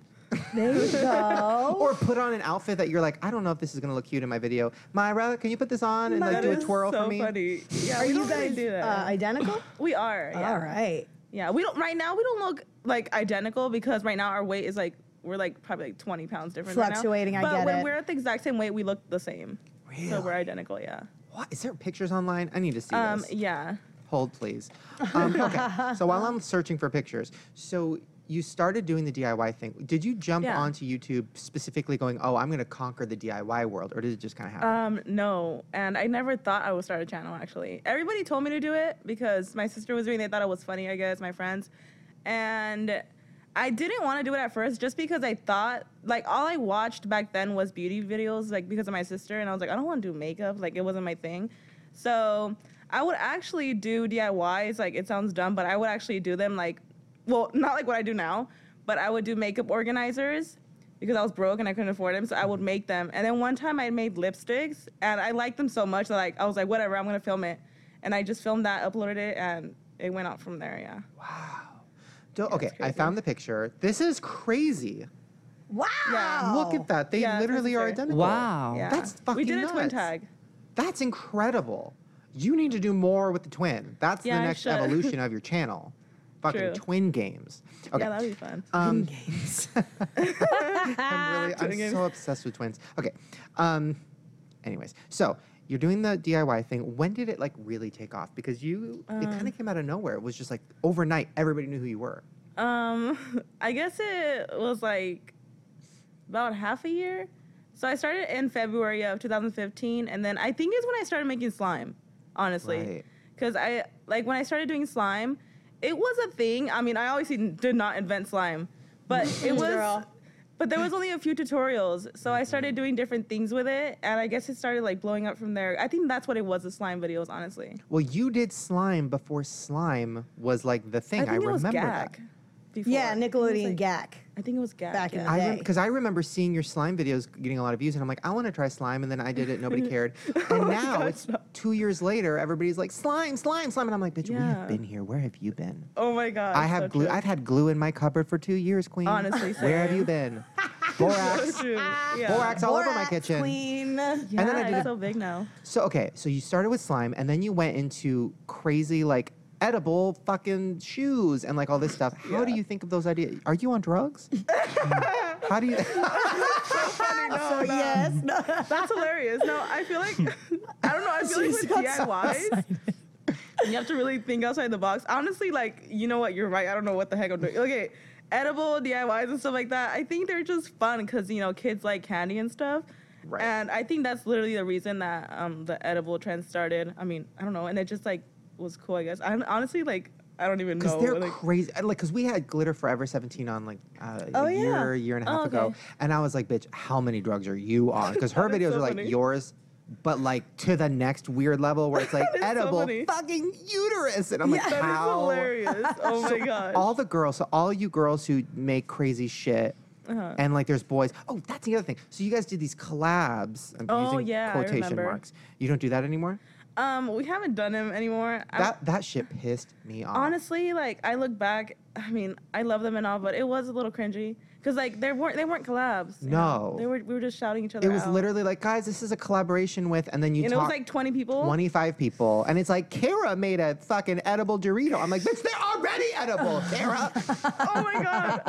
S2: There you go.
S1: Or put on an outfit that you're like, I don't know if this is gonna look cute in my video. Myra, can you put this on and like
S8: That
S1: do a
S8: is
S1: twirl
S8: so
S1: for me?
S8: funny. Yeah,
S2: Are
S8: we
S2: you
S8: don't really
S2: guys
S8: do that.
S2: uh, identical?
S8: we are. Yeah.
S2: All right.
S8: Yeah, we don't. Right now, we don't look like identical because right now our weight is like we're like probably like twenty pounds different. right now.
S2: Fluctuating, I
S8: But
S2: get
S8: when
S2: it.
S8: we're at the exact same weight, we look the same. So
S1: Really?
S8: we're identical. Yeah.
S1: What is there pictures online? I need to see
S8: Um.
S1: this.
S8: Yeah.
S1: Hold please. Um, okay. So while I'm searching for pictures, so you started doing the DIY thing. Did you jump
S8: Yeah.
S1: onto YouTube specifically going, Oh, I'm gonna conquer the DIY world, or did it just kinda happen?
S8: Um. No. And I never thought I would start a channel. Actually, everybody told me to do it because my sister was doing. it. They thought it was funny. I guess my friends, and. I didn't want to do it at first just because I thought, like, all I watched back then was beauty videos, like, because of my sister. And I was like, I don't want to do makeup. Like, it wasn't my thing. So I would actually do DIYs. Like it sounds dumb, but I would actually do them like, well, not like what I do now, but I would do makeup organizers because I was broke and I couldn't afford them. So I
S1: Mm-hmm.
S8: would make them. And then one time I made lipsticks and I liked them so much that like, I was like, whatever, I'm going to film it. And I just filmed that, uploaded it, and it went out from there. Yeah.
S1: Do- okay, I found the picture. This is crazy.
S2: Wow.
S8: Yeah.
S1: Look at that. They
S8: Oh, Yeah, that's
S1: literally are
S8: fair.
S1: identical.
S3: Wow.
S8: Yeah.
S1: That's fucking
S8: We did a twin
S1: nuts.
S8: tag.
S1: That's incredible. You need to do more with the twin. That's
S8: Yeah,
S1: the
S8: I
S1: next
S8: should.
S1: evolution of your channel. Fucking
S8: True.
S1: twin games. Okay.
S8: Yeah, that'd be fun.
S1: um,
S2: Games.
S1: I'm really I'm
S8: Twin games.
S1: so obsessed with twins. Okay. Um anyways, so you're doing the DIY thing. When did it like really take off? Because you it kind of came out of nowhere. It was just like overnight everybody knew who you were.
S8: Um, I guess it was like about half a year. So I started in February of 2015, and then I think is when I started making slime, honestly.
S1: Right.
S8: Because I like when I started doing slime, it was a thing. I mean, I obviously did not invent slime, but it was.
S2: Girl.
S8: But there was only a few tutorials, so I started
S1: Mm-hmm.
S8: doing different things with it, and I guess it started like blowing up from there. I think that's what it was—the slime videos, honestly.
S1: Well, you did slime before slime was like the thing.
S8: I
S1: I,
S8: think it was
S1: remember that.
S8: Gag. Before.
S2: yeah,
S8: I think it was,
S2: Nickelodeon
S8: like-
S2: Gak.
S8: I think it was Gag.
S2: Back in
S8: yeah.
S2: the
S1: I
S2: day.
S1: because I remember seeing your slime videos getting a lot of views, and I'm like, I want to try slime, and then I did it, nobody cared, and now
S8: Oh gosh,
S1: it's
S8: no.
S1: two years later, everybody's like slime, slime, slime, and I'm like, bitch, we
S8: Yeah.
S1: have been here. Where have you been?
S8: Oh my god.
S1: I have
S8: so
S1: glue.
S8: true.
S1: I've had glue in my cupboard for two years, queen.
S8: Honestly,
S1: where have you been? Borax,
S8: True. Yeah.
S1: borax all over my
S2: Borat
S1: kitchen.
S2: Queen.
S8: Yeah,
S1: then I did
S8: it's
S1: a-
S8: so big now.
S1: So okay, so you started with slime, and then you went into crazy like edible fucking shoes and like all this stuff. How do you think of those ideas? Are you on drugs? How do you?
S2: so Oh, yes. No.
S8: That's hilarious. No, I feel like I don't know. I feel like with DIYs, you have to really think outside the box. Honestly, like you know what? You're right. I don't know what the heck I'm doing. Okay, edible DIYs and stuff like that. I think they're just fun because you know kids like candy and stuff.
S1: Right.
S8: And I think that's literally the reason that um, the edible trend started. I mean, I don't know, and it just like was cool. I guess. I honestly like I don't even know.
S1: Because they're
S8: like,
S1: crazy. I- Like, because we had Glitter Forever 17 on like uh,
S2: Oh,
S1: a
S2: yeah.
S1: year, year and a half
S8: Oh,
S1: ago.
S8: okay.
S1: And I was like, bitch, how many drugs are you on? Because her
S8: That is
S1: videos
S8: so
S1: are like
S8: funny.
S1: yours, but like to the next weird level where it's like
S8: is so
S1: edible
S8: funny.
S1: fucking uterus. And I'm like,
S8: that is
S1: how?
S8: hilarious. Oh my god.
S1: All the girls, so all you girls who make crazy shit.
S8: Uh-huh.
S1: And like, there's boys. Oh, that's the other thing. So you guys did these collabs. I'm
S8: Oh,
S1: using
S8: yeah, I
S1: quotation
S8: remember.
S1: marks. You don't do that anymore.
S8: Um, we haven't done him anymore. I-
S1: That that shit pissed me off.
S8: honestly, like I look back, I mean, I love them and all, but it was a little cringy because like there weren't they weren't collabs. you know?
S1: No.
S8: they were we were just shouting each other.
S1: It was
S8: out.
S1: literally like, guys, this is a collaboration with, and then you
S8: and it
S1: talk
S8: was like twenty people.
S1: 25 people, and it's like, Kara made a fucking edible Dorito. I'm like, bitch, they're already edible, Kara.
S8: Oh my god.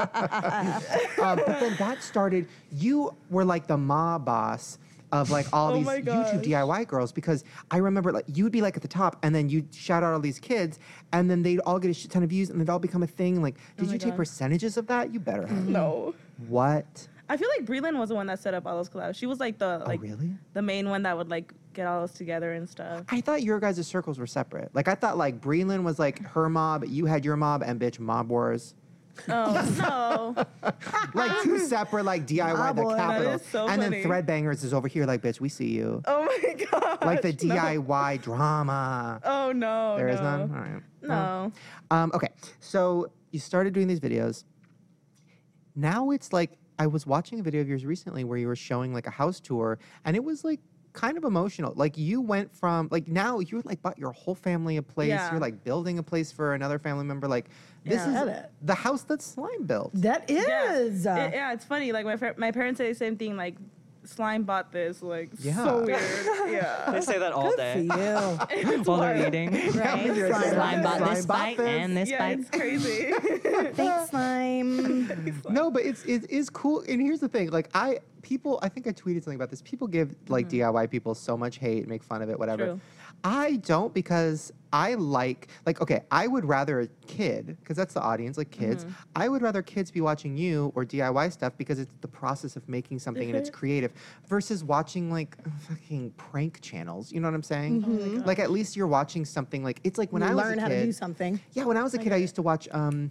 S1: Uh, but then that started, you were like the ma boss of like all
S8: Oh
S1: these
S8: my
S1: YouTube
S8: gosh.
S1: DIY girls because I remember like you'd be like at the top and then you'd shout out all these kids and then they'd all get a shit ton of views and they'd all become a thing. Like, did
S8: Oh my
S1: you take
S8: God.
S1: percentages of that? You better have.
S8: no.
S1: What?
S8: I feel like Breland was the one that set up all those collabs. She was like the like
S1: Oh, really?
S8: the main one that would like get all us together and stuff.
S1: I thought your guys' circles were separate. Like I thought like Breland was like her mob, you had your mob, and bitch mob wars.
S8: Oh no.
S1: Like two separate like DIY
S2: Mob
S1: the
S2: Wars. That
S1: capital.
S8: is so
S1: and
S8: funny.
S1: then Threadbangers is over here like bitch, we see you.
S8: Oh my god.
S1: like the DIY drama.
S8: Oh no.
S1: There is
S8: no.
S1: none. All right.
S8: No.
S1: Um, okay, so you started doing these videos. Now it's like I was watching a video of yours recently where you were showing like a house tour, and it was like kind of emotional. Like you went from like now you like bought your whole family a place.
S8: Yeah.
S1: You're like building a place for another family member. Like this
S2: Yeah.
S1: is
S2: Get it.
S1: the house that slime built.
S2: That is. uh,
S8: Yeah, It- yeah, it's funny. Like my fa- my parents say the same thing. Like slime bought this. Like so
S1: Yeah.
S8: weird. yeah.
S9: They say that all
S2: For
S9: day
S2: you.
S9: while they're eating.
S2: Right?
S1: you're like,
S2: Slime
S1: Slime
S2: bot.
S1: bot this bite and
S3: this
S8: Yeah, it's crazy.
S2: Thanks, slime.
S1: No, but it's it is cool. And here's the thing: like I people, I think I tweeted something about this. People give like DIY people so much hate, make fun of it, whatever.
S8: True.
S1: I don't because I like like okay, I would rather a kid because that's the audience, like kids. I would rather kids be watching you or DIY stuff because it's the process of making something and it's creative versus watching like fucking prank channels. You know what I'm saying? like at least you're watching something like it's like when
S2: Mm-hmm. you
S1: I was
S2: learn
S1: a
S2: how to do
S1: kid-
S2: something.
S1: yeah, when I was a kid, I used to watch um,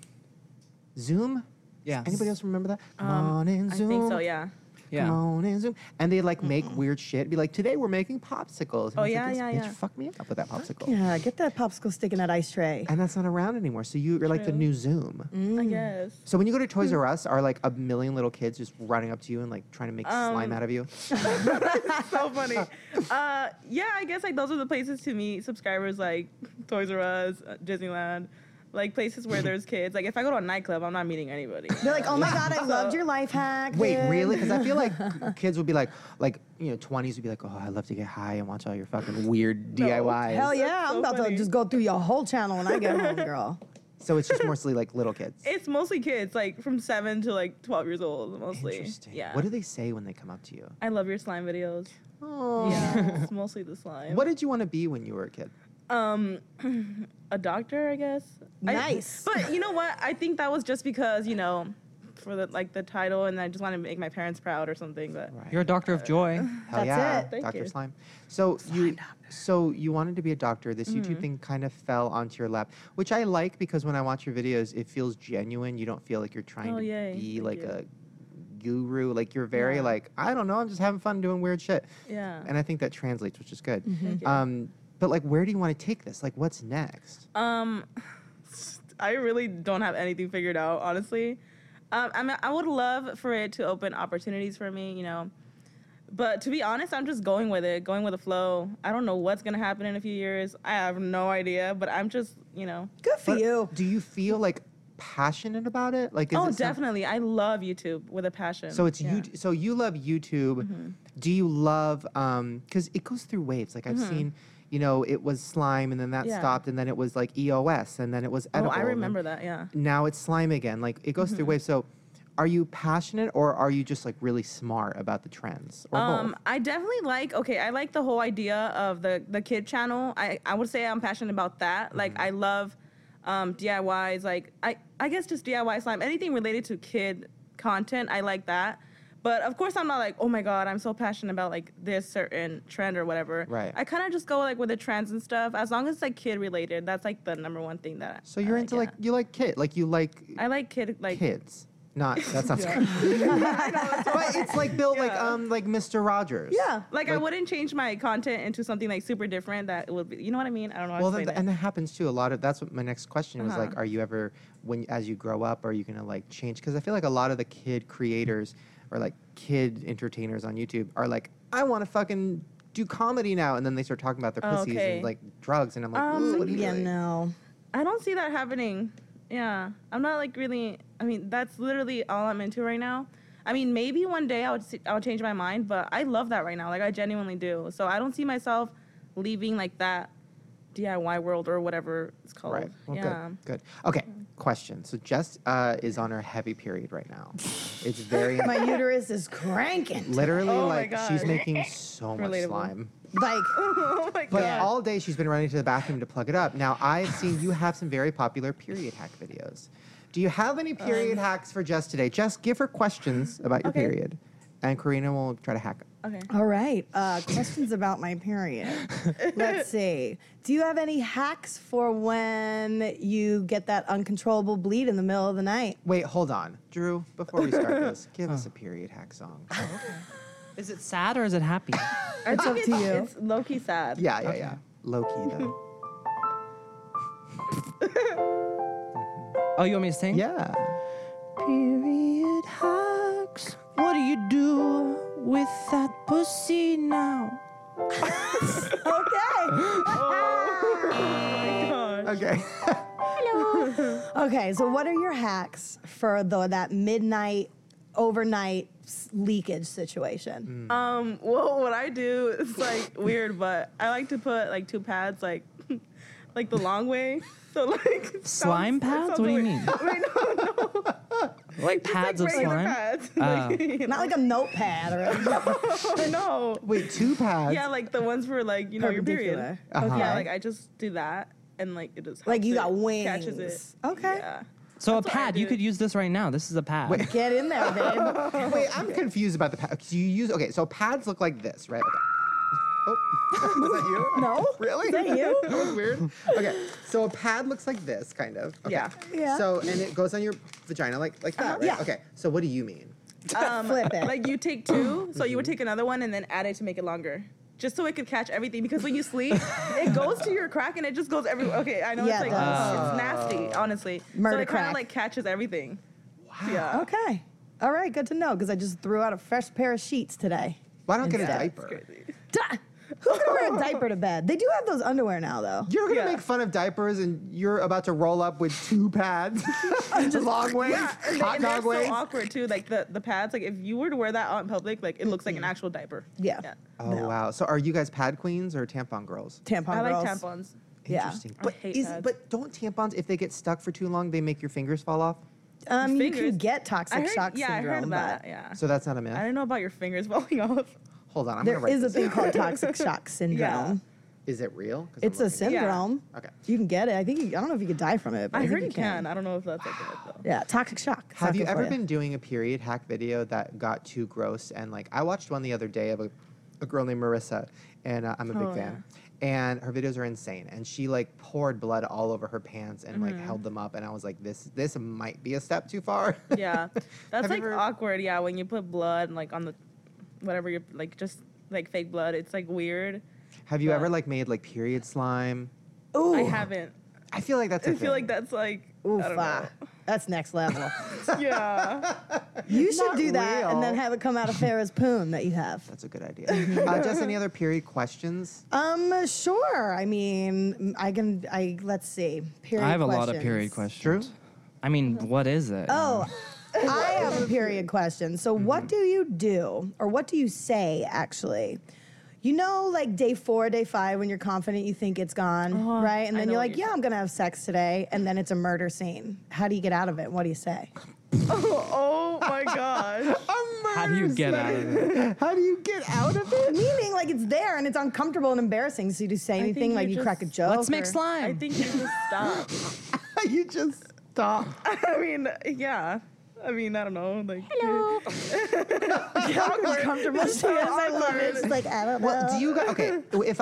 S1: Zoom.
S9: Yeah.
S1: Anybody else remember that? Come on in
S8: Um, I
S1: Zoom.
S8: think so. Yeah.
S9: Yeah.
S1: Come on in Zoom. And they like make weird shit. Be like, today we're making popsicles. And I
S8: Oh,
S1: was
S8: yeah,
S1: like, this
S8: yeah,
S1: bitch
S8: yeah.
S1: Fuck me up with that popsicle.
S2: Yeah, get that popsicle stick in that ice tray.
S1: And that's not around anymore. So you, you're like the
S8: True. Mm.
S1: new Zoom.
S8: I guess.
S1: So when you go to Toys R Us, are like a million little kids just running up to you and like trying to make
S8: Um,
S1: slime out of you?
S8: so funny. Uh, yeah, I guess like those are the places to meet subscribers, like Toys R Us, uh, Disneyland, like places where there's kids. Like if I go to a nightclub, I'm not meeting anybody.
S2: They're like, oh my god, I loved your life hack.
S1: Wait,
S2: dude."
S1: really? Because I feel like kids would be like, like you know, 20s would be like, oh, I love to get high and watch all your fucking weird DIYs.
S2: Hell yeah,
S8: That's
S2: I'm
S8: so
S2: about to
S8: funny.
S2: just go through your whole channel when I get home, girl.
S1: So it's just mostly like little kids.
S8: It's mostly kids, like from seven to like twelve years old, mostly.
S1: Interesting.
S8: Yeah.
S1: What do they say when they come up to you?
S8: I love your slime videos.
S1: Oh.
S8: Yeah, it's mostly the slime.
S1: What did you want to be when you were a kid?
S8: um a doctor i guess I-
S2: Nice.
S8: but you know what i think that was just because you know for the like the title and i just wanted to make my parents proud or something but
S9: You're a doctor of joy.
S1: Hell
S2: That's
S1: yeah,
S2: it.
S8: Thank
S1: Dr.
S8: you.
S1: Slime. So you so you wanted to be a doctor. This
S8: Mm-hmm.
S1: YouTube thing kind of fell onto your lap, which I like because when I watch your videos, it feels genuine. You don't feel like you're trying
S8: Oh,
S1: to
S8: yay.
S1: be
S8: Thank
S1: like
S8: you.
S1: a guru. Like you're very
S8: Yeah.
S1: like, I don't know, I'm just having fun doing weird shit.
S8: Yeah. Mm-hmm.
S1: And I think that translates, which is good.
S8: Thank you.
S1: Um but like where do you want to take this? Like what's next?
S8: um i really don't have anything figured out honestly um, i mean i would love for it to open opportunities for me you know but to be honest i'm just going with it going with the flow i don't know what's going to happen in a few years i have no idea but i'm just you know
S2: Good for
S1: But
S2: you.
S1: Do you feel like passionate about it? Like is
S8: oh
S1: it some-
S8: definitely i love youtube with a passion
S1: So it's
S8: Yeah. Mm-hmm.
S1: you. So you love YouTube. Do you love? Um, because it goes through waves. Like I've seen, you know, it was slime, and then that
S8: Mm-hmm. Yeah.
S1: stopped, and then it was like EOS, and then it was edible.
S8: oh i
S1: and then
S8: remember Mm-hmm. that yeah
S1: Now it's slime again. Like it goes through waves. So, are you passionate or are you just like really smart about the trends or
S8: Um,
S1: both?
S8: I definitely like okay, I like the whole idea of the the kid channel. I, I would say I'm passionate about that.
S1: Mm-hmm.
S8: Like I love um, DIYs, like I, I guess just DIY slime, anything related to kid content, I like that. But of course I'm not like, oh my god, I'm so passionate about like this certain trend or whatever.
S1: Right.
S8: I kinda just go like with the trends and stuff. As long as it's like kid related, that's like the number one thing that
S1: So
S8: I
S1: you're into
S8: uh, yeah.
S1: like you like kid, like you like
S8: I like kid like
S1: kids. Not that sounds. but it's like built like
S8: Yeah.
S1: um like Mr. Rogers.
S2: Yeah.
S8: Like, I wouldn't change my content into something like super different that would be you know what I mean? I don't know how
S1: Well,
S8: to
S1: then,
S8: explain
S1: th-
S8: it.
S1: and that happens too. A lot of that's what my next question was like:
S8: Uh-huh.
S1: Are you ever, when as you grow up, are you gonna like change? Because I feel like a lot of the kid creators or like kid entertainers on YouTube are like, I want to fucking do comedy now, and then they start talking about their
S8: Oh,
S1: pussies
S8: okay.
S1: and like drugs, and I'm like,
S8: Um,
S1: "Ooh, what do you
S2: Yeah,
S1: like?"
S2: no.
S8: I don't see that happening. Yeah. I'm not like really I mean, that's literally all I'm into right now. I mean, maybe one day I'll see, I'll change my mind, but I love that right now. Like I genuinely do. So I don't see myself leaving like that DIY world or whatever it's called.
S1: Right. Well,
S8: yeah. Mm-hmm.
S1: Good. Good. Okay. Question. So Jess uh, is on her heavy period right now. It's very.
S2: My uterus is cranking.
S1: Literally,
S8: Oh my
S1: like she's
S8: God.
S1: making so much
S8: Relatable.
S1: slime.
S2: Like,
S8: oh my
S1: But
S8: god.
S1: all day she's been running to the bathroom to plug it up. Now I've seen you have some very popular period hack videos. Do you have any period hacks for Jess today? Jess, give her questions about your
S8: Um, Okay.
S1: period, and Karina will try to hack.
S8: okay.
S2: all right. Uh, questions about my period. Let's see. Do you have any hacks for when you get that uncontrollable bleed in the middle of the night?
S1: Wait, hold on, Drew. Before we start this, give
S8: Oh.
S1: us a period hack song.
S9: Is it sad or is it happy?
S8: It's
S2: up to you.
S8: It's low key sad.
S1: Yeah, yeah, yeah. Low key though.
S9: Oh, you want me to sing?
S1: yeah.
S9: Period hacks. What do you do with that pussy now?
S2: Okay.
S8: God.
S1: Okay.
S2: Okay, so what are your hacks for the that midnight overnight s- leakage situation?
S8: Um, well, what I do is like weird, but I like to put like two pads, like like the long way. So like it sounds-
S9: Slime
S8: it
S9: pads?
S8: sounds
S9: What do you
S8: weird.
S9: mean?
S8: Wait, no, no,
S9: Like pads
S8: like
S9: of
S8: regular
S9: slime?
S8: pads.
S2: Not like a notepad or a
S9: Ah.
S8: like, no.
S1: Wait, two pads.
S8: Yeah, like the ones for like you know your period.
S2: Perpendicular.
S1: Uh-huh.
S8: Yeah, like I just do that, and like it just
S2: Like, you
S8: helps
S2: got
S8: it, catches
S2: wings.
S8: it.
S2: Okay.
S8: Yeah.
S9: So a
S8: That's what I
S9: pad, you
S8: do.
S9: could use this right now. This is a pad.
S1: Wait.
S2: get in there, babe.
S1: Wait, I'm confused about the pads. You use okay, so pads look like this, right? Okay. Oh, was that you?
S2: No?
S1: Really?
S2: Is that you?
S1: that was weird. Okay, so a pad looks like this, kind of. Okay.
S8: Yeah. Uh-huh.
S2: Yeah.
S1: So and it goes on your vagina like like that, right?
S2: Yeah.
S1: Okay. So what do you mean?
S8: Um,
S2: Flip it.
S8: Like you take two, so you would take another one and then add it to make it longer. Just so it could catch everything, because when you sleep, it goes to your crack and it just goes everywhere. Okay, I know
S2: Yeah, it
S8: it's like
S2: does.
S8: it's nasty,
S1: Oh.
S8: honestly.
S2: Murder
S8: so it kind
S2: crack.
S8: of like catches everything. Yeah.
S2: Okay. All right, good to know because I just threw out a fresh pair of sheets today.
S1: Why don't I get a
S2: Instead.
S1: diaper?
S2: Duh! Who's gonna wear a diaper to bed? They do have those underwear now, though.
S1: You're gonna
S8: Yeah.
S1: make fun of diapers, and you're about to roll up with two pads, long waist,
S8: Yeah, and, they,
S1: hot
S8: and they're
S1: dog
S8: so
S1: waist.
S8: awkward too. Like the, the pads, like if you were to wear that out in public, like it looks like an actual diaper.
S2: Mm-hmm. Yeah.
S1: oh
S2: No.
S1: wow! So are you guys pad queens or tampon girls?
S2: Tampon
S8: I
S2: girls.
S8: like tampons.
S2: Yeah.
S1: Interesting.
S8: I
S1: But
S8: hate
S1: is
S8: pads.
S1: but don't tampons if they get stuck for too long they make your fingers fall off?
S2: Um, you
S8: Fingers.
S2: can get toxic
S8: I heard,
S2: shock
S8: yeah,
S2: syndrome.
S8: I heard
S2: but-
S8: that. Yeah.
S1: So that's not a
S8: I
S1: myth.
S8: don't know about your fingers falling off.
S1: Hold on, I'm gonna
S2: There
S1: write.
S2: is a
S1: this
S2: thing
S1: down.
S2: called toxic shock syndrome.
S1: Is it real? 'Cause I'm
S2: It's a
S1: looking.
S2: syndrome.
S1: Okay.
S2: You can get it. I think you, I don't know if you could die from it. But I,
S8: I,
S2: think
S8: heard you can. I don't know if that's like it though.
S2: Yeah, toxic shock. It's not
S1: Have you
S2: good for
S1: ever been doing a period hack video that got too gross? And like, I watched one the other day of a, a girl named Marissa, and uh, I'm a big
S8: Oh,
S1: fan. And her videos are insane. And she like poured blood all over her pants and
S8: Mm-hmm.
S1: like held them up. And I was like, this this might be a step too far.
S8: Yeah, that's
S1: Have you
S8: like
S1: ever-
S8: awkward. Yeah, when you put blood like on the whatever you're like just like fake blood, it's like weird.
S1: Have you ever
S8: But-
S1: like made like period slime?
S2: Ooh,
S8: I haven't.
S1: I feel like that's. a
S8: I feel like
S1: thing.
S8: that's like
S2: oof,
S8: I don't
S2: ah, that's next level.
S8: know. yeah.
S2: you
S1: Not
S2: should do that and then
S1: real.
S2: have it come out of Farrah's poon that you have.
S1: That's a good idea. uh, Jess, any other period questions?
S2: Um, sure. I mean, I can. I let's see. Period.
S9: I have a lot of period questions.
S1: True.
S9: I mean, what is it?
S2: Oh, I have a period question. So, what do you do, or what do you say actually? You know, like day four, day five, when you're confident you think it's gone, right? And
S8: Uh-huh. I
S2: then you're
S8: know what
S2: like,
S8: you're
S2: yeah, I'm gonna have sex today. And then it's a murder scene. How do you get out of it? What do you say?
S8: Oh my gosh.
S9: How do you get out of it?
S1: How do you get out of it?
S2: Meaning, like, it's there and it's uncomfortable and embarrassing. So, you just say anything,
S8: think
S2: like,
S8: you
S2: you
S8: just-
S2: crack a joke.
S9: Let's make
S2: or-
S8: I
S9: slime.
S8: think you just stop.
S1: you just stop.
S8: I mean, yeah. I mean, I don't know. Like, hello.
S2: uncomfortable. She is. I love it. She's like, I don't know.
S1: Well, do you guys? Okay, if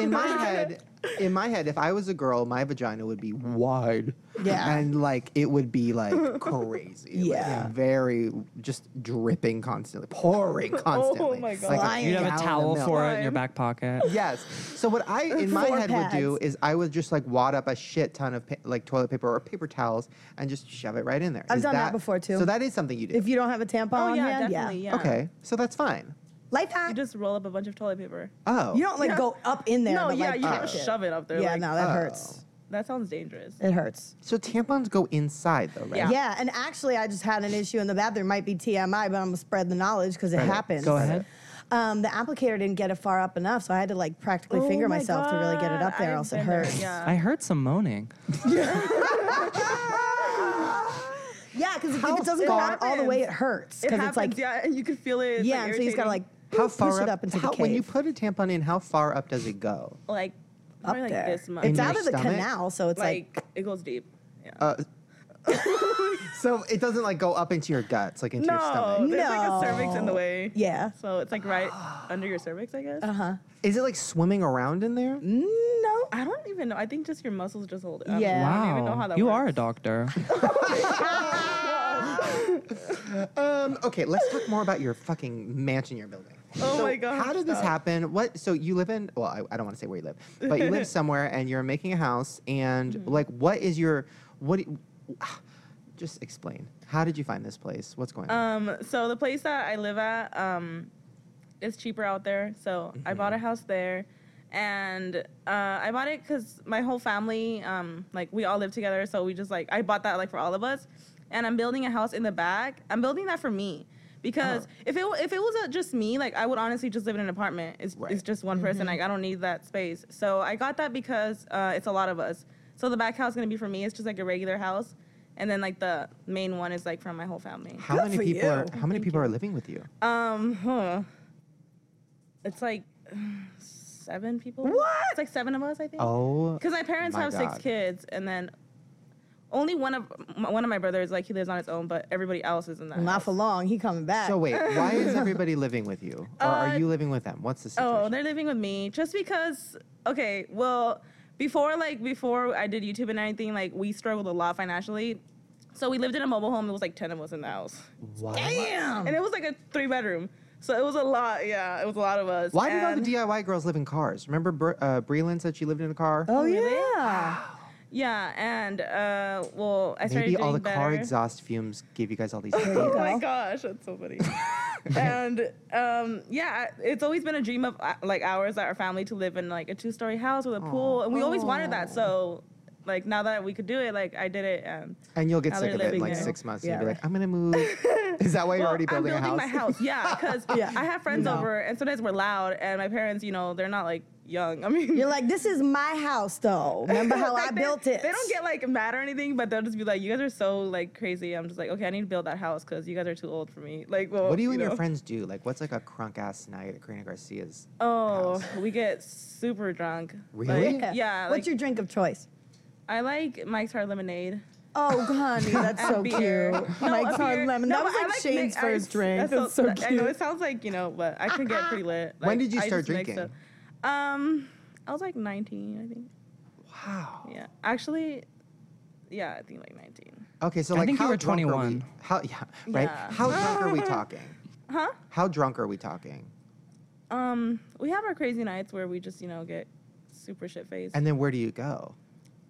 S1: in my head, in my head, if I was a girl, my vagina would be wide.
S2: Yeah.
S1: and like it would be like crazy. It would be
S2: Yeah.
S1: very just dripping constantly, pouring
S2: Oh
S1: constantly.
S8: my God.
S1: Like
S2: Flying.
S1: a
S2: You'd
S9: You have a
S1: gallon of
S9: towel
S1: milk.
S9: for it in your back pocket.
S1: Yes. So what I in my
S2: Four
S1: head would do
S2: pads.
S1: is I would just like wad up a shit ton of pa- like toilet paper or paper towels and just shove it right in there.
S2: I've
S1: Is
S2: done that before, too.
S1: So that is something you do.
S2: if you don't have a tampon
S8: Oh
S2: on
S8: yeah,
S2: hand,
S8: definitely.
S2: yeah.
S8: Yeah.
S1: okay, so that's fine.
S2: Life hack.
S8: You just roll up a bunch of toilet paper.
S1: Oh,
S2: You don't like
S8: Yeah.
S2: go up in there.
S8: no,
S2: but,
S8: yeah,
S2: like,
S8: you
S2: touch
S8: don't shove it up there.
S2: Yeah,
S8: like, oh.
S2: no, that hurts.
S8: That sounds dangerous.
S2: It hurts.
S1: So tampons go inside though, right?
S8: Yeah.
S2: Yeah. and actually, I just had an issue in the bathroom. Might be TMI, but I'm gonna spread the knowledge because it
S1: Spread it.
S2: happens.
S9: Go ahead.
S2: Um, the applicator didn't get it far up enough, so I had to like practically
S8: Oh
S2: finger
S8: my
S2: myself to really get it up
S8: God,
S2: there,
S8: I've
S2: else it
S8: been there,
S2: hurts.
S8: yeah.
S9: I heard some moaning.
S2: Yeah, because if,
S1: How
S2: it doesn't go
S1: far-
S2: out all the way, it hurts.
S8: It
S2: Because it's
S8: happens,
S2: like yeah,
S8: yeah, and you can feel it. It's, like,
S2: and so you just gotta like
S8: irritating.
S1: How
S2: push
S1: far
S2: it up into
S1: how,
S2: the cave.
S1: When you put a tampon in, how far up does it go?
S8: like
S2: up
S8: probably like
S2: there.
S8: this much.
S2: It's
S1: In
S2: out
S1: your
S2: of the
S1: stomach?
S2: canal, so it's like,
S8: like, it goes deep. Yeah.
S1: So it doesn't like go up into your guts, like into your
S8: no,
S1: stomach.
S8: there's like a cervix in the
S2: No.
S8: way.
S2: yeah.
S8: So it's like right under your cervix, I guess.
S2: Uh huh.
S1: Is it like swimming around in there?
S2: No.
S8: I don't even know. I think just your muscles just hold it. I don't-
S2: Yeah.
S8: I don't even know how
S9: Wow.
S8: that
S9: You
S8: works.
S9: are a doctor.
S1: Um, okay, let's talk more about your fucking mansion you're building.
S8: Oh
S1: So
S8: my God,
S1: How did this
S8: stop.
S1: happen? What? So you live in? Well, I, I don't want to say where you live, but you live somewhere, and you're making a house. And
S8: Mm-hmm.
S1: like, what is your what? do you- Just explain. How did you find this place? What's going on?
S8: Um, so the place that I live at, um, it's cheaper out there. So I bought a house there, and uh, I bought it because my whole family, um, like we all live together. So we just like I bought that like for all of us, and I'm building a house in the back. I'm building that for me. Because if it if it was uh, just me, like I would honestly just live in an apartment. It's, it's
S7: Right.
S8: just one person. Like I don't need that space. So I got that because uh, it's a lot of us. So the back house is gonna be for me. It's just like a regular house, and then like the main one is like from my whole family.
S1: How
S2: Good
S1: many
S2: for
S1: people are
S2: you.
S1: how many people are living with you?
S8: Um, huh. It's like seven people.
S2: What?
S8: It's like seven of us, I think.
S1: Oh,
S8: Because my parents
S1: my
S8: have
S1: God.
S8: six kids, and then only one of m- one of my brothers like he lives on his own, but everybody else is in that.
S2: Not
S8: house.
S2: for long. He coming back.
S1: so wait, why is everybody living with you, or are
S8: Uh,
S1: you living with them? What's the situation?
S8: Oh, they're living with me just because. Okay, well, before like before I did YouTube and everything, like we struggled a lot financially. So we lived in a mobile home. It was like ten of us in the house,
S1: Wow.
S8: and it was like a three bedroom. So it was a lot. Yeah, it was a lot of us.
S1: Why did all the
S8: and-
S1: DIY girls live in cars? Remember Br- uh, Breland said she lived in a car.
S2: Oh
S8: Really?
S2: yeah.
S8: Yeah, and uh, well, I started
S1: Maybe all the
S8: doing better.
S1: car exhaust fumes gave you guys all these.
S8: Oh
S1: ideas.
S8: my gosh, that's so funny. and um, yeah, I- it's always been a dream of uh, like ours, that our family to live in like a two-story house with a pool, and we always wanted that. So, like now that we could do it, like I did it. um, And
S1: and you'll get
S8: Now
S1: sick
S8: they're
S1: of it in
S8: living
S1: like
S8: there.
S1: six months.
S2: Yeah,
S1: and you'll be
S2: right.
S1: like, I'm gonna move. Is that why you're
S8: Well,
S1: already building, a
S8: I'm
S1: house?
S8: building my house. Yeah, because
S2: Yeah.
S8: I have friends
S2: No.
S8: over, and sometimes we're loud, and my parents, you know, they're not like young. I mean,
S2: You're like, this is my house though. Remember how
S8: Like,
S2: I
S8: they-
S2: built it?
S8: They don't get like mad or anything, but they'll just be like, "You guys are so like crazy." I'm just like, "Okay, I need to build that house because you guys are too old for me." Like, well,
S1: What do you, and
S8: know.
S1: your friends do? Like, what's like a crunk ass snack at Karina Garcia's?
S8: Oh,
S1: house?
S8: we get super drunk.
S1: Really?
S8: Like, yeah.
S2: What's
S8: like,
S2: your drink of choice?
S8: I like Mike's Hard Lemonade.
S2: Oh, honey, that's so
S8: beer.
S2: cute.
S8: No,
S2: Mike's
S8: a
S2: hard
S8: beer.
S2: lemon.
S8: No,
S2: that was
S8: I
S2: like, Shane's
S8: mix- I-
S2: first drink.
S8: that's
S2: That's so,
S8: that- I know it
S2: cute.
S8: sounds like you know, but I could get pretty lit.
S1: When
S8: Like,
S1: did you
S8: I
S1: start
S8: just mix
S1: drinking?
S8: up- Um, I was like 19, I think.
S1: Wow.
S8: Yeah, actually, yeah, I think like 19.
S1: Okay, so
S9: I
S1: like
S9: think you
S1: how
S9: were
S1: drunk are we-
S9: 21.
S1: How yeah, right?
S8: Yeah.
S1: How drunk are we talking?
S8: Huh?
S1: How drunk are we talking?
S8: Um, we have our crazy nights where we just you know get super shit faced.
S1: And then where do you go?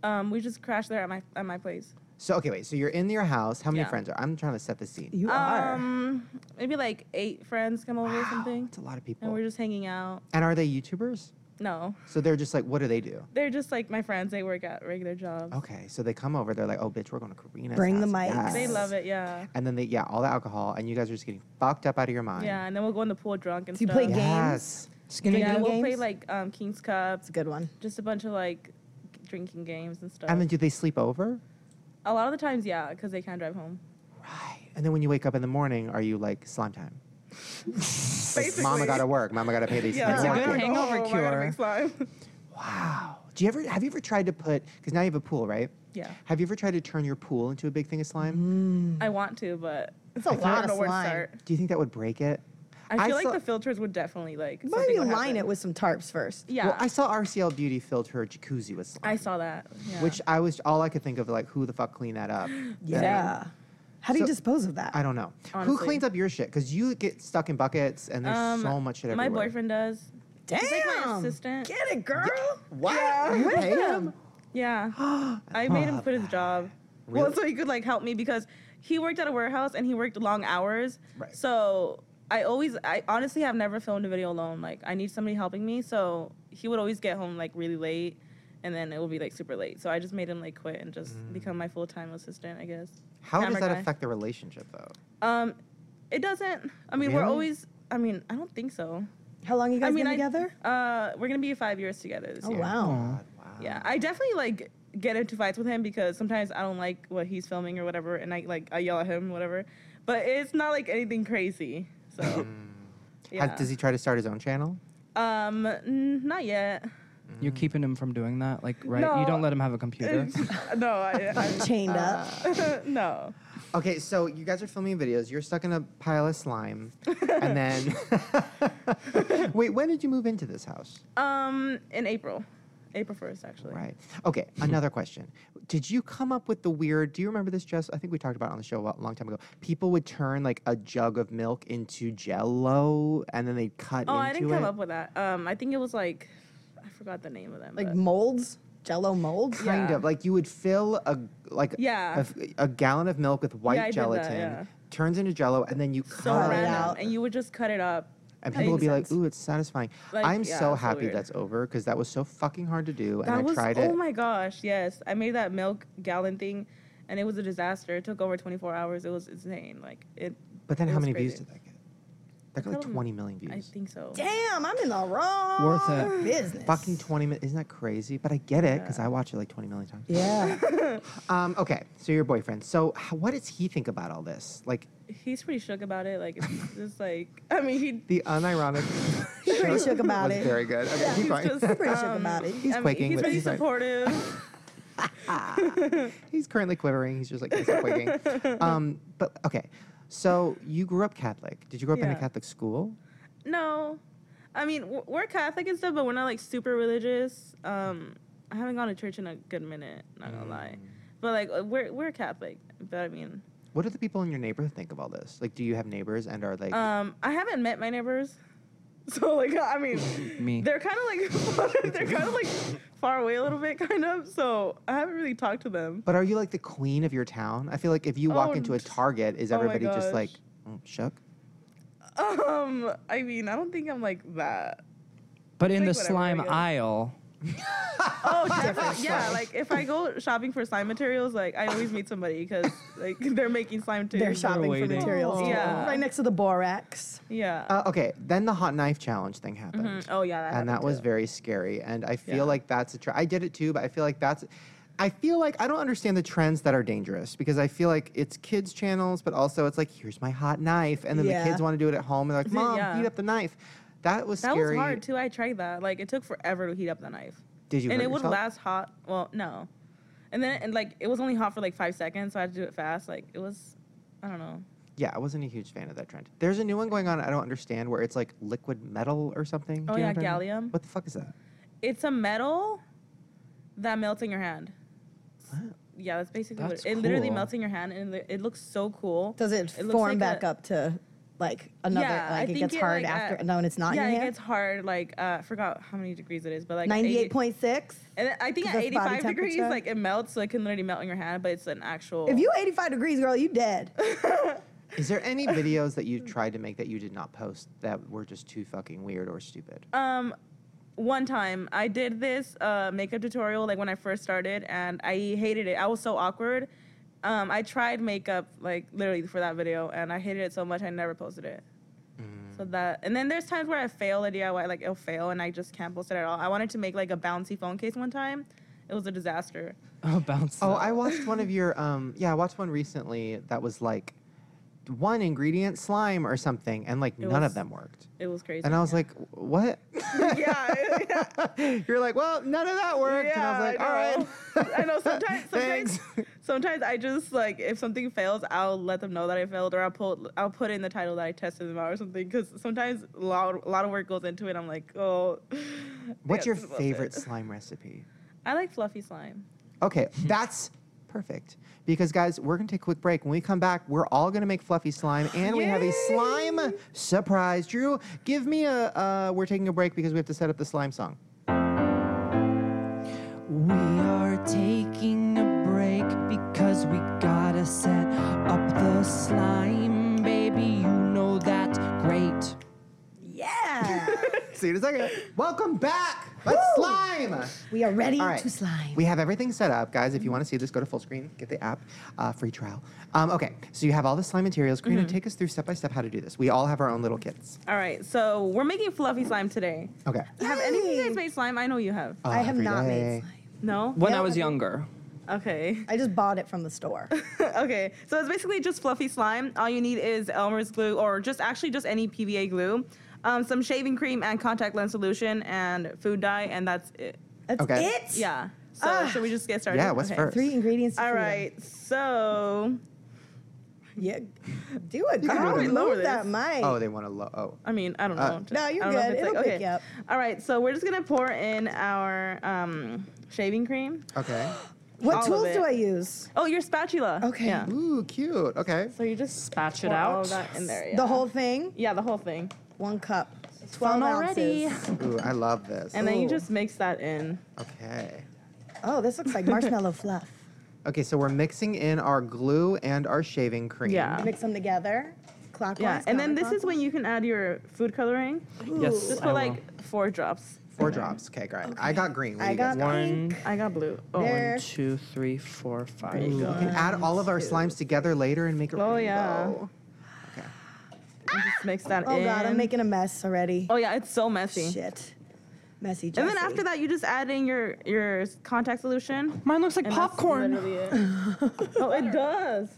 S8: Um, we just crash there at my at my place.
S1: So okay, wait. So you're in your house. How many
S8: Yeah.
S1: friends are? I'm trying to set the scene.
S2: you are.
S8: Um, maybe like eight friends come over or something,
S1: It's a lot of people.
S8: and we're just hanging out.
S1: And are they YouTubers?
S8: No,
S1: So they're just like, what do they do?
S8: they're just like my friends. They work at regular jobs.
S1: Okay, so they come over. They're like, oh, bitch, we're going to Karina's.
S2: Bring the
S1: house,
S2: mics.
S8: They
S1: yes."
S8: love it, yeah.
S1: And then they yeah, all the alcohol, and you guys are just getting fucked up out of your mind.
S8: Yeah, and then we'll go in the pool drunk and
S2: Do you
S8: stuff.
S2: play games?
S1: Yes.
S9: Skinny
S8: yeah,
S9: dip.
S8: we'll play
S2: games?
S8: like um, King's Cup,
S2: It's a good one.
S8: just a bunch of like drinking games and stuff.
S1: And then do they sleep over?
S8: a lot of the times, yeah, because they can't drive home.
S1: Right. And then when you wake up in the morning, are you like slime time? Like, Mama gotta work. Mama gotta pay these.
S8: Yeah,
S1: these
S8: it's a
S1: mortgages."
S9: good hangover
S8: oh, I gotta
S9: cure.
S8: make slime.
S1: Wow. Do you ever have you ever tried to put because now you have a pool, right?
S8: Yeah.
S1: Have you ever tried to turn your pool into a big thing of slime?
S8: I want to, but
S2: It's a
S8: I
S2: lot
S8: don't know
S2: of
S8: where to
S2: slime.
S8: start.
S1: Do you think that would break it?
S8: I feel like
S1: saw-
S8: the filters would definitely like.
S2: Maybe line it with some tarps first.
S8: Yeah,
S1: Well, I saw RCL Beauty filled her jacuzzi with slime.
S8: I saw that. Yeah.
S1: Which I was all I could think of like who the fuck cleaned that up?
S2: Yeah. How do you
S1: So-
S2: dispose of that?
S1: I don't know. Who
S8: Honestly.
S1: cleans up your shit? Because you get stuck in buckets and there's
S8: Um,
S1: so much shit
S8: my
S1: everywhere.
S8: boyfriend does.
S2: Damn.
S8: He's like my assistant.
S2: Get it, girl.
S1: What? You
S2: With
S1: pay
S2: him.
S1: him?
S8: Yeah. I made him
S1: love
S8: quit his job. Well,
S1: Really?
S8: so he could like help me because he worked at a warehouse and he worked long hours.
S1: Right.
S8: So I always, I honestly have never filmed a video alone. Like I need somebody helping me. So he would always get home like really late and then it would be like super late. So I just made him like quit and just become my full time assistant, I guess.
S1: Mm. How does
S8: Camera
S1: that
S8: guy.
S1: affect the relationship though?
S8: Um, it doesn't. I mean, we're
S1: Really?
S8: always, I mean, I don't think so.
S2: How long you guys
S8: I mean,
S2: been
S8: I-
S2: together?
S8: Uh, we're gonna be five years together this
S2: Oh
S8: year.
S2: wow.
S1: God, wow.
S8: Yeah, I definitely like get into fights with him because sometimes I don't like what he's filming or whatever, and I like I yell at him, whatever. But it's not like anything crazy. So,
S1: Has-
S8: yeah.
S1: does he try to start his own channel?
S8: um, n- not yet.
S9: You're keeping him from doing that, like right?
S8: No.
S9: You don't let him have a computer.
S8: no, I,
S2: Chained up.
S8: I no.
S1: Okay, so you guys are filming videos. You're stuck in a pile of slime, and then wait. When did you move into this house?
S8: Um, in April, April first, actually.
S1: Right. Okay. Another question. Did you come up with the weird? Do you remember this, Jess? I think we talked about it on the show a lo- long time ago. People would turn like a jug of milk into Jello, and then they'd cut into
S8: Oh, I didn't
S1: it.
S8: come up with that. Um, I think it was like I forgot the name of them.
S2: Like
S8: but-
S2: molds, jello molds.
S1: kind
S8: Yeah.
S1: of like you would fill a like
S8: Yeah.
S1: a f- a, gallon of milk with white
S8: I did that,
S1: gelatin
S8: yeah.
S1: turns into jello and then you
S8: so
S1: cut
S8: random,
S2: out.
S8: and you would just cut it up.
S1: And
S8: That
S1: people will
S8: makes
S1: be like,
S8: sense.
S1: ooh, it's satisfying.
S8: Like,
S1: I'm
S8: yeah,
S1: so
S8: it's so
S1: happy
S8: weird.
S1: that's over because that was so fucking hard to do.
S8: That
S1: and I
S8: was
S1: tried
S8: oh
S1: it.
S8: my gosh, yes. I made that milk gallon thing and it was a disaster. It took over 24 hours. It was insane. Like it
S1: but then
S8: it
S1: how
S8: was
S1: many views
S8: crazy.
S1: did that get? That got like
S8: Probably-
S1: 20 million
S8: I
S1: views.
S8: think so.
S2: Damn, I'm in the wrong
S9: Worth it.
S2: business.
S1: Fucking 20 minutes. Isn't that crazy? But I get it because I watch it like 20 million times.
S2: yeah.
S1: Um, okay, so your boyfriend. So how, what does he think about all this? Like
S8: He's pretty shook about it. Like it's just like I mean he
S1: the unironic.
S2: He's pretty shook about
S1: was
S2: it.
S1: very good. Okay, keep
S8: he's
S1: going.
S8: just um,
S2: Pretty shook about it.
S1: He's
S8: I mean,
S1: quaking,
S8: he's
S1: but
S8: really
S1: he's fine.
S8: supportive.
S1: He's currently quivering. He's just like he's quaking. Um, but okay, so you grew up Catholic. Did you grow up in a
S8: Yeah.
S1: Catholic school?
S8: No, I mean w- we're Catholic and stuff, but we're not like super religious. Um, I haven't gone to church in a good minute. Not gonna lie,
S1: Mm.
S8: but like uh, we're we're Catholic. But I mean,
S1: What do the people in your neighborhood think of all this? Like, do you have neighbors and are like
S8: um, I haven't met my neighbors, so like I mean,
S9: Me.
S8: They're kind of like they're kind of like far away a little bit, kind of. So I haven't really talked to them.
S1: But are you like the queen of your town? I feel like if you walk
S8: Oh,
S1: into a
S8: n-
S1: Target, is
S8: oh my
S1: everybody just like
S8: gosh.
S1: mm, shook?
S8: Um, I mean, I don't think I'm like that.
S9: But in the
S8: Like, whatever, I
S9: slime
S8: guess.
S9: aisle,
S8: Oh, definitely. yeah. Like if I go shopping for slime materials, like I always meet somebody because like they're making slime too.
S2: They're shopping for
S9: waiting.
S2: materials. too.
S8: Yeah.
S2: Right next to the borax.
S8: Yeah.
S1: Uh, okay, then the hot knife challenge thing happened,
S8: Mm, Oh yeah, that
S1: and that
S8: happened
S1: was
S8: too.
S1: very scary. And I feel
S8: Yeah.
S1: like that's a tra- I did it too, but I feel like that's. I feel like I don't understand the trends that are dangerous because I feel like it's kids' channels, but also it's like here's my hot knife, and then
S2: Yeah.
S1: the kids want to do it at home, and they're like,
S8: See,
S1: "Mom,
S8: yeah.
S1: heat up the knife." That was
S8: That
S1: scary.
S8: was hard too. I tried that. Like it took forever to heat up the knife,
S1: Did you?
S8: and
S1: hurt
S8: it would
S1: yourself?
S8: last hot. Well, no, and then and like it was only hot for like five seconds, so I had to do it fast. Like it was, I don't know.
S1: Yeah, I wasn't a huge fan of that trend. There's a new one going on. I don't understand where it's like liquid metal or something.
S8: Oh,
S1: Do you know
S8: yeah,
S1: what I'm talking about?
S8: gallium.
S1: What the fuck is that?
S8: It's a metal that melts in your hand. Yeah, that's basically
S9: That's
S8: what it, it literally
S9: cool.
S8: melts in your hand, and it- it looks so cool.
S2: Does it,
S8: looks
S2: form
S8: like
S2: back
S8: a-
S2: up to like another?
S8: Yeah, I
S2: like it
S8: think
S2: gets
S8: it,
S2: hard
S8: like,
S2: after.
S8: uh,
S2: no, and it's not
S8: yeah,
S2: in your
S8: it
S2: hand.
S8: gets hard. Like uh, I forgot how many degrees it is, but like
S2: Ninety-eight
S8: 98
S2: point six.
S8: And I think
S2: Because
S8: at
S2: that's body
S8: 85 degrees,
S2: temperature.
S8: like it melts, so it can literally melt in your hand, but it's an actual.
S2: If you eighty-five degrees, girl, you dead.
S1: Is there any videos that you tried to make that you did not post that were just too fucking weird or stupid?
S8: Um, one time I did this uh, makeup tutorial like when I first started, and I hated it. I was so awkward. Um, I tried makeup like literally for that video, and I hated it so much I never posted it. So that, and then there's times where I fail a DIY, like it'll fail, and I just can't post it at all. I wanted to make like a bouncy phone case one time. It was a disaster.
S9: oh, bounce.
S1: Oh, I watched one of your um yeah, I watched one recently that was like one ingredient slime or something and like
S8: It
S1: none of
S8: was-
S1: them worked.
S8: It was crazy.
S1: And I was like, "What?"
S8: yeah, yeah.
S1: You're like, "Well, none of that worked." and I was like, "All right."
S8: know. I know sometimes
S1: Thanks.
S8: sometimes sometimes I just like if something fails, I'll let them know that I failed or I'll pull I'll put in the title that I tested them out or something cuz sometimes a lot, a lot of work goes into it. I'm like, "Oh."
S1: What's
S8: yes,
S1: your
S8: this was
S1: favorite
S8: it.
S1: slime recipe?
S8: I like fluffy slime.
S1: Okay, that's perfect. Because guys, we're gonna take a quick break. When we come back, we're all gonna make fluffy slime, and we have a slime surprise. Drew, give me a. Uh, we're taking a break because we have to set up the slime song.
S3: We are taking a break because we gotta set up the slime, baby. You know that. Great.
S2: yeah,
S1: See you in a second. Welcome back. Let's slime.
S2: we are ready
S1: All right.
S2: to slime.
S1: We have everything set up, guys. If you want to see this, go to full screen, get the app, uh, free trial. Um, okay, so you have all the slime materials. Karina, take us through step by step how to do this. We all have our own little kits.
S8: All right. So, we're making fluffy slime today.
S1: Okay.
S8: Have any of you guys made slime? I know you have.
S1: Uh,
S2: I have
S1: every
S2: not
S1: day.
S2: made slime.
S8: No?
S9: when
S2: Yeah,
S9: I was
S2: I-
S9: younger.
S8: Okay.
S2: I just bought it from the store.
S8: okay, so it's basically just fluffy slime. All you need is Elmer's glue, or just actually just any PVA glue, um, some shaving cream and contact lens solution, and food dye, and that's it.
S2: That's
S1: Okay.
S2: it.
S8: Yeah. So
S2: Ah.
S8: should we just get started?
S1: Yeah, what's first?
S2: Three ingredients. To
S8: All
S2: freedom.
S8: right. So
S2: Yeah. Do it.
S1: can
S2: Girl.
S1: do it.
S8: Lower
S2: Move that
S8: this.
S2: mic.
S1: Oh, they want to low. Oh.
S8: I mean, I don't know.
S1: Uh,
S8: Just-
S2: No, you're
S8: I don't know if
S2: good.
S8: it's, like,
S2: It'll pick you up.
S8: All right. So we're just gonna pour in our um, shaving cream.
S1: oh, Okay.
S2: what
S8: all of
S2: tools
S8: it.
S2: do I use?
S8: Oh, your spatula.
S2: Okay.
S8: Yeah.
S1: Ooh, cute. Okay.
S8: So you just
S9: Spatch it
S8: pour all
S9: out.
S8: of that in there. Oh, Yeah.
S2: The whole thing.
S8: Yeah, the whole thing.
S2: One cup. Twelve
S3: already.
S2: ounces.
S1: Ooh, I love this.
S8: And then
S2: Ooh.
S8: you just mix that in.
S1: Okay.
S2: Oh, this looks like marshmallow fluff.
S1: Okay, so we're mixing in our glue and our shaving cream.
S8: Yeah.
S2: Mix them together. clockwise.
S8: Yeah, and then this is when you can add your food coloring.
S9: Yes,
S8: Just
S9: I
S8: put
S9: will.
S8: like four drops.
S1: Four drops. Okay, great. I got green. What
S2: I
S1: do you guys
S2: got
S1: want?
S2: one.
S8: I got blue. Oh,
S2: There.
S8: one.
S9: One, two, three, four, five.
S8: There you go.
S1: We can add all of our slimes together later and make a
S8: Oh, yeah.
S1: rainbow. Okay.
S8: And just mix that
S2: Oh
S8: in.
S2: god, I'm making a mess already.
S8: Oh yeah, it's so messy.
S2: shit, messy.
S8: And then
S2: Jessie.
S8: after that, you just add in your your contact solution.
S3: Mine looks like
S8: and that's
S3: popcorn.
S8: literally it. oh, it does.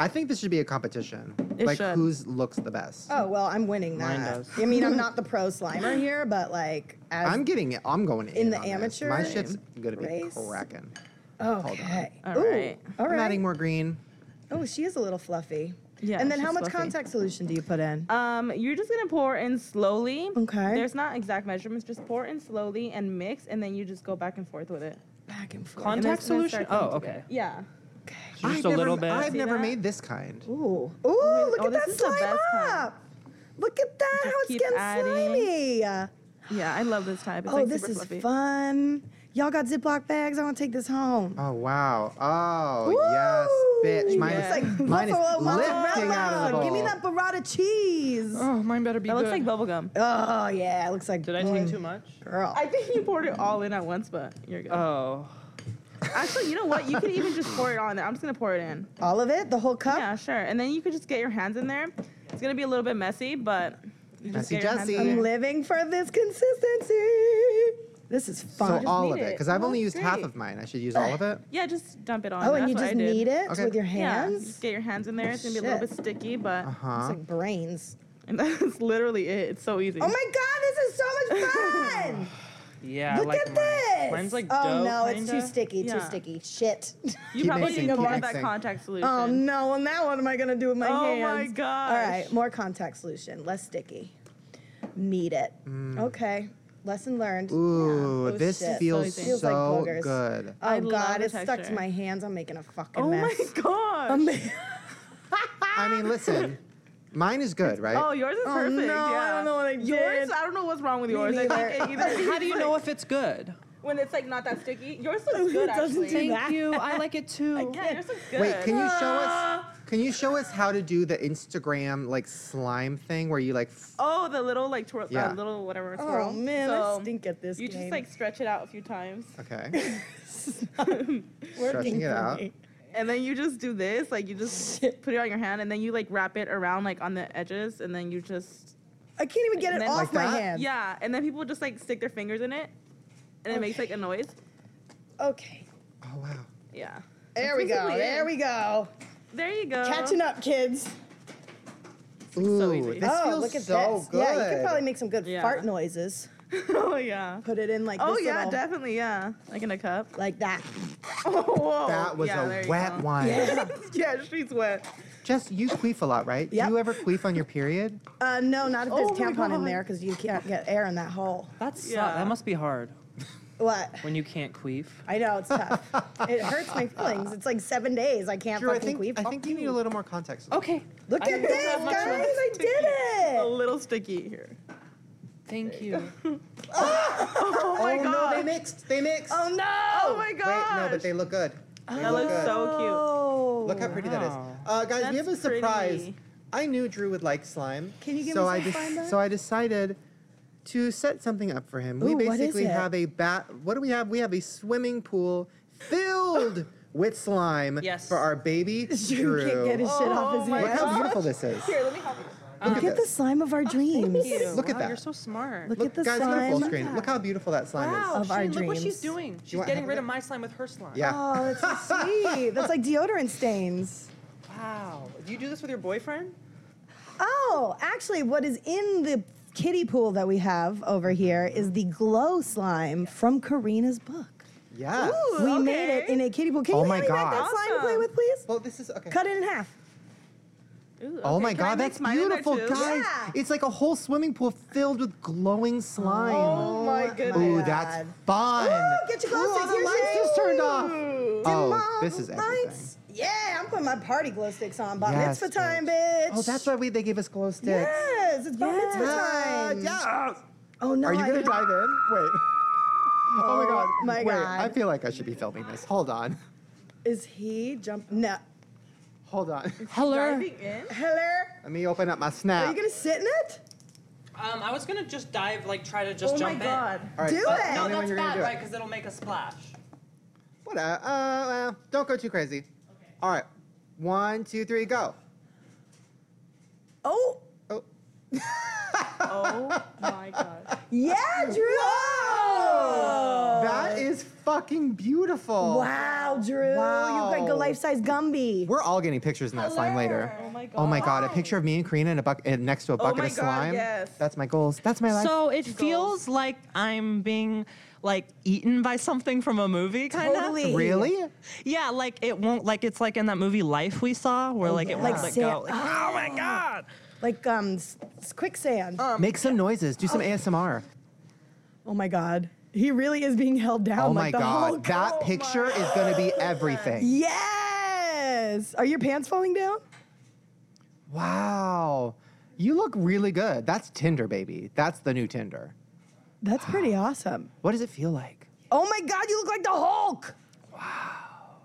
S1: I think this should be a competition.
S8: It
S1: like
S8: should.
S1: whose looks the best.
S2: Oh well, I'm winning that.
S9: Mine does.
S2: I mean, I'm not the pro slimer here, but like, as,
S1: I'm getting it. I'm going
S2: In
S1: in
S2: the
S1: on this.
S2: amateur
S1: My shit's gonna be
S2: race?
S1: cracking.
S2: okay.
S8: All
S2: Ooh,
S8: right.
S2: all
S1: I'm
S2: right.
S1: adding more green.
S2: Oh, she is a little fluffy.
S8: Yeah,
S2: And then how
S8: she's
S2: much
S8: fluffy.
S2: contact solution do you put in?
S8: Um, you're just gonna pour in slowly.
S2: Okay.
S8: There's not exact measurements. Just pour in slowly and mix, and then you just go back and forth with it.
S2: Back and forth.
S8: And
S9: Contact
S8: it's gonna
S9: solution.
S8: start
S9: Oh,
S8: coming
S9: okay.
S8: together. Yeah.
S9: So Just
S1: I've
S9: a
S1: never-
S9: little bit.
S1: I've
S8: See
S1: never
S8: that?
S1: made this kind.
S2: Ooh. Ooh, look
S8: oh,
S2: at
S8: this
S2: that
S8: is the
S2: slime
S8: best kind.
S2: up. Look at that,
S8: Just
S2: how it's
S8: keep
S2: getting
S8: adding.
S2: slimy.
S8: Yeah, I love this type. It's
S2: oh,
S8: like
S2: this
S8: super
S2: is
S8: fluffy.
S2: fun. Y'all got Ziploc bags? I want to take this home.
S1: Oh wow. Oh
S2: Woo!
S1: yes, bitch. Mine is,
S8: Yeah.
S2: It's like
S1: mine is
S2: buffalo
S1: lifting
S2: mozzarella.
S1: out of the bowl.
S2: Give me that burrata cheese. Oh,
S9: Oh, mine better be
S8: That
S9: good.
S8: looks like bubblegum.
S2: yeah, it looks like
S9: Did I take too much?
S2: Girl.
S8: I think you poured it all in at once, but you're good.
S9: Oh.
S8: Actually, you know what? You can even just pour it on there. I'm just gonna pour it in.
S2: All of it? The whole cup?
S8: Yeah, sure. And then you could just get your hands in there. It's gonna be a little bit messy, but you just
S1: Messy
S8: get your hands in
S1: Jessie.
S2: I'm
S8: there.
S2: living for this consistency. This is
S1: So
S2: fun.
S1: all of
S8: need
S1: it,
S8: it.
S1: because I've
S8: Well,
S1: only used
S8: that's
S1: half
S8: great.
S1: of mine. I should use all of it.
S8: Yeah, just dump it on.
S2: oh,
S8: there.
S2: and you
S8: That's
S2: just
S8: what I did.
S2: knead it
S1: Okay.
S2: with your
S8: Yeah,
S2: hands?
S8: just get your hands in there. It's gonna be a little
S2: Shit. Uh-huh.
S8: bit sticky, but
S1: Uh huh.
S2: It's like brains.
S8: and that's literally it. It's so easy.
S2: Oh my god, this is so much fun!
S9: Yeah. I
S2: Look
S9: like
S2: at
S9: mine.
S2: this!
S9: Mine's like
S2: oh
S9: dough,
S2: no, it's too
S9: kinda.
S2: sticky, too
S8: Yeah.
S2: sticky. Shit.
S8: you
S1: Keep
S8: probably
S1: mixing,
S8: didn't
S1: keep
S8: pour that
S1: mixing.
S8: contact solution.
S2: oh no, and now what am I gonna do with my
S8: Oh
S2: hands?
S8: my gosh.
S2: All right, more contact solution, less sticky. Knead it.
S8: Mm.
S2: Okay, lesson learned.
S1: Ooh,
S8: Oh,
S1: this
S2: shit.
S1: feels
S8: So
S1: so,
S8: easy.
S2: Feels like boogers.
S1: good.
S2: Oh
S8: I love
S2: god,
S8: the
S2: it's stuck to
S8: texture.
S2: my hands. I'm making a fucking
S8: Oh
S2: mess.
S8: my gosh.
S1: I mean, listen, mine is good, right?
S8: Oh, yours is
S2: Oh,
S8: perfect.
S2: no, I
S8: yeah.
S2: don't know what I
S8: Yours,
S2: did.
S8: I don't know what's wrong with yours. I think it either
S9: How do you know if it's good?
S8: when it's like not that sticky. Yours looks good
S2: doesn't
S8: actually.
S2: do
S9: Thank you. I like it too.
S8: yeah, yours looks good.
S1: Wait, can you show us? Can you show us how to do the Instagram like slime thing where you like? F-
S8: Oh, the little like twirl,
S1: Yeah.
S8: uh, little whatever twirl.
S2: Oh man,
S8: So,
S2: I stink at this
S8: You
S2: game.
S8: just like stretch it out a few times,
S1: okay,
S2: working
S1: stretching it
S2: for
S1: out.
S2: me.
S8: and then you just do this. Like you just put it on your hand, and then you like wrap it around like on the edges, and then you just
S2: I can't even get it
S8: And then-
S2: off
S8: Like
S2: my
S1: that?
S2: hands.
S8: yeah. And then people just like stick their fingers in it, and it makes like a noise.
S2: Okay.
S1: Oh wow.
S8: Yeah.
S2: There we go.
S8: basically it. Uh-huh.
S2: There we go.
S8: There you go.
S2: Catching up, kids.
S1: Ooh,
S8: so easy.
S1: this
S2: oh,
S1: feels
S2: look at
S1: so
S2: this.
S1: good.
S2: Yeah, you could probably make some good
S8: Yeah.
S2: fart noises.
S8: oh yeah.
S2: Put it in like
S8: Oh
S2: this
S8: yeah,
S2: little-
S8: definitely yeah. Like in a cup.
S2: like that.
S8: Oh, whoa.
S1: That was
S8: Yeah, there
S1: a
S8: you
S1: wet
S8: go.
S1: one.
S8: yeah, she's wet.
S1: Jess, you queef a lot, right?
S2: Yep.
S1: Do you ever queef on your period?
S2: Uh, no, not if there's
S8: Oh my
S2: tampon in
S8: God.
S2: there because you can't get air in that hole.
S9: That's
S8: Yeah.
S9: that must be hard
S2: What?
S9: when you can't queef.
S2: I know it's tough. it hurts my feelings. It's like seven days. I can't
S1: Drew, I
S2: fucking
S1: think
S2: queef.
S1: I think you need a little more context.
S8: Oh
S9: Okay.
S2: Look
S9: I don't
S2: at this,
S9: have much
S2: guys!
S9: left.
S2: I did
S8: A
S2: it.
S8: little sticky here.
S9: Thank you.
S1: Oh,
S8: my
S1: no, they
S8: God.
S1: mixed. They mixed.
S2: Oh no!
S8: Oh my
S1: Wait, no,
S8: gosh.
S1: but they look good. They
S8: that
S1: look
S8: looks
S1: good.
S8: so
S2: Oh.
S1: Look how pretty that is.
S9: Wow.
S1: Uh, guys, we
S8: That's
S1: have a surprise.
S8: pretty.
S1: I knew Drew would like slime.
S2: Can you give
S1: so
S2: me
S1: I
S2: some slime back?
S1: So I decided to set something up for him. we
S2: Ooh, what is
S1: basically
S2: it?
S1: have a bat. What do we have? We have a swimming pool filled with slime
S9: Yes.
S1: for our baby
S2: Drew
S1: Drew.
S2: can't get his shit off his
S8: my
S1: Look
S2: hands.
S1: how beautiful this is.
S8: cute. Here, let me help you.
S2: Look at the slime of our dreams.
S9: Thank you.
S1: Look at
S9: Wow,
S1: that.
S9: You're so smart.
S2: Look, at the
S1: guys,
S2: slime.
S1: go full screen. Look how beautiful that slime
S9: wow,
S1: is.
S2: of our
S9: she- look what
S2: dreams.
S9: she's doing. She's
S1: want
S9: getting
S1: half
S9: rid
S1: of
S9: of my slime with her slime.
S1: Yeah.
S2: Oh, that's so sweet. That's like deodorant stains.
S9: Wow. Oh, Do you do this with your boyfriend?
S2: Oh, actually, what is in the kiddie pool that we have over
S1: Mm-hmm.
S2: here is the glow slime from Karina's book.
S1: Yes.
S2: we
S8: okay.
S2: made it in a kiddie pool. Can
S1: Oh
S2: you
S1: my
S2: hand me back that
S1: Ah. God.
S2: slime to play with, please?
S1: Well, this is okay.
S2: Cut it in half.
S8: Ooh,
S1: Oh
S8: okay,
S1: my
S8: can I
S1: god,
S8: mix
S1: that's
S8: mine in there
S1: beautiful,
S8: too?
S1: guys!
S2: Yeah.
S1: It's like a whole swimming pool filled with glowing slime.
S8: Oh my goodness.
S1: Ooh, that's fun.
S2: Ooh, get your glow
S1: Ooh, all
S2: sticks.
S1: the
S2: Here's
S1: lights
S2: your-
S1: just turned off.
S2: Mom,
S1: Oh, this is everything.
S2: lights. Yeah, I'm putting my party glow sticks on. Bat
S1: Yes,
S2: mitzvah time, bitch.
S1: Oh, that's why we, they gave us glow sticks.
S2: Yes, it's bat
S1: Yeah,
S2: mitzvah time.
S1: yeah.
S2: Oh no,
S1: Are you
S2: I
S1: gonna
S2: didn't-
S1: dive in? Wait. Oh, my god.
S2: my
S1: Wait,
S2: God.
S1: I feel like I should be filming this. Hold on.
S2: Is he jump? No.
S1: Hold on.
S3: Heller.
S9: Diving in?
S2: Heller,
S1: Let me open up my
S2: are
S1: snap.
S2: you gonna sit in it?
S10: Um, I was gonna just dive, like try to just
S9: oh my
S10: jump
S9: god.
S1: All right, Uh,
S2: Do
S1: tell
S2: it!
S1: me
S10: in. No,
S1: when
S10: that's
S1: you're gonna
S10: bad,
S1: do it.
S10: right? Because it'll make a splash.
S1: What? Uh, uh, well, don't go too crazy. All right, one, two, three, go.
S2: Oh,
S1: Oh,
S9: Oh my god.
S2: yeah, Drew.
S1: that is fucking beautiful.
S2: Wow, Drew.
S1: Wow.
S2: You like a life-size Gumby.
S1: We're all getting pictures in that slime later.
S9: Oh my
S1: Oh my god, a picture of me and Karina in a buck in- next to a bucket
S9: my
S1: of
S9: God,
S1: slime.
S9: yes.
S1: That's my goals. That's my life.
S10: So it feels like I'm being like eaten by something from a movie, kind of.
S2: Totally.
S1: really?
S10: Yeah, like it won't. Like it's like in that movie Life we saw,
S9: Oh,
S10: where like it
S2: yeah. Like
S10: won't let
S2: sand-
S10: go. Like, oh my god!
S2: Like um, s- s- quicksand.
S1: Um, Make some noises. Do some ASMR.
S2: oh my god, he really is being held down.
S1: Oh my
S2: like the
S1: god,
S2: Hulk.
S1: that picture is gonna be everything.
S2: Yes. Are your pants falling down?
S1: Wow. You look really good. That's Tinder, baby. That's the new Tinder.
S2: That's pretty awesome.
S1: What does it feel like?
S2: Oh my God, you look like the Hulk. Wow.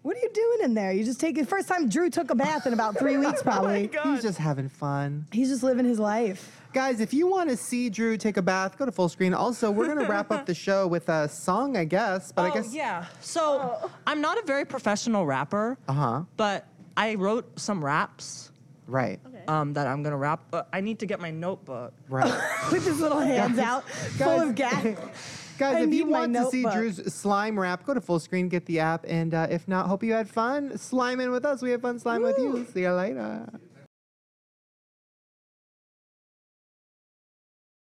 S2: What are you doing in there? You just taking first time Drew took a bath in about
S1: Oh
S2: three weeks probably.
S1: He's just having fun.
S2: He's just living his life.
S1: Guys, if you want to see Drew take a bath, go to full screen. Also, we're going to wrap up the show with a song, I guess. But
S10: oh,
S1: I guess.
S10: yeah. So
S9: Oh.
S10: I'm not a very professional rapper,
S1: Uh huh.
S10: but I wrote some raps
S1: Right.
S10: um, that I'm gonna rap. But I need to get my notebook.
S1: Right.
S2: With his little hands out, full
S1: guys.
S2: of gas.
S1: Guys,
S2: I
S1: if you
S2: need my
S1: want to see
S2: notebook.
S1: Drew's slime rap, go to full screen, get the app. And uh, if not, hope you had fun. Slime in with us. We had fun slime with you. See you later.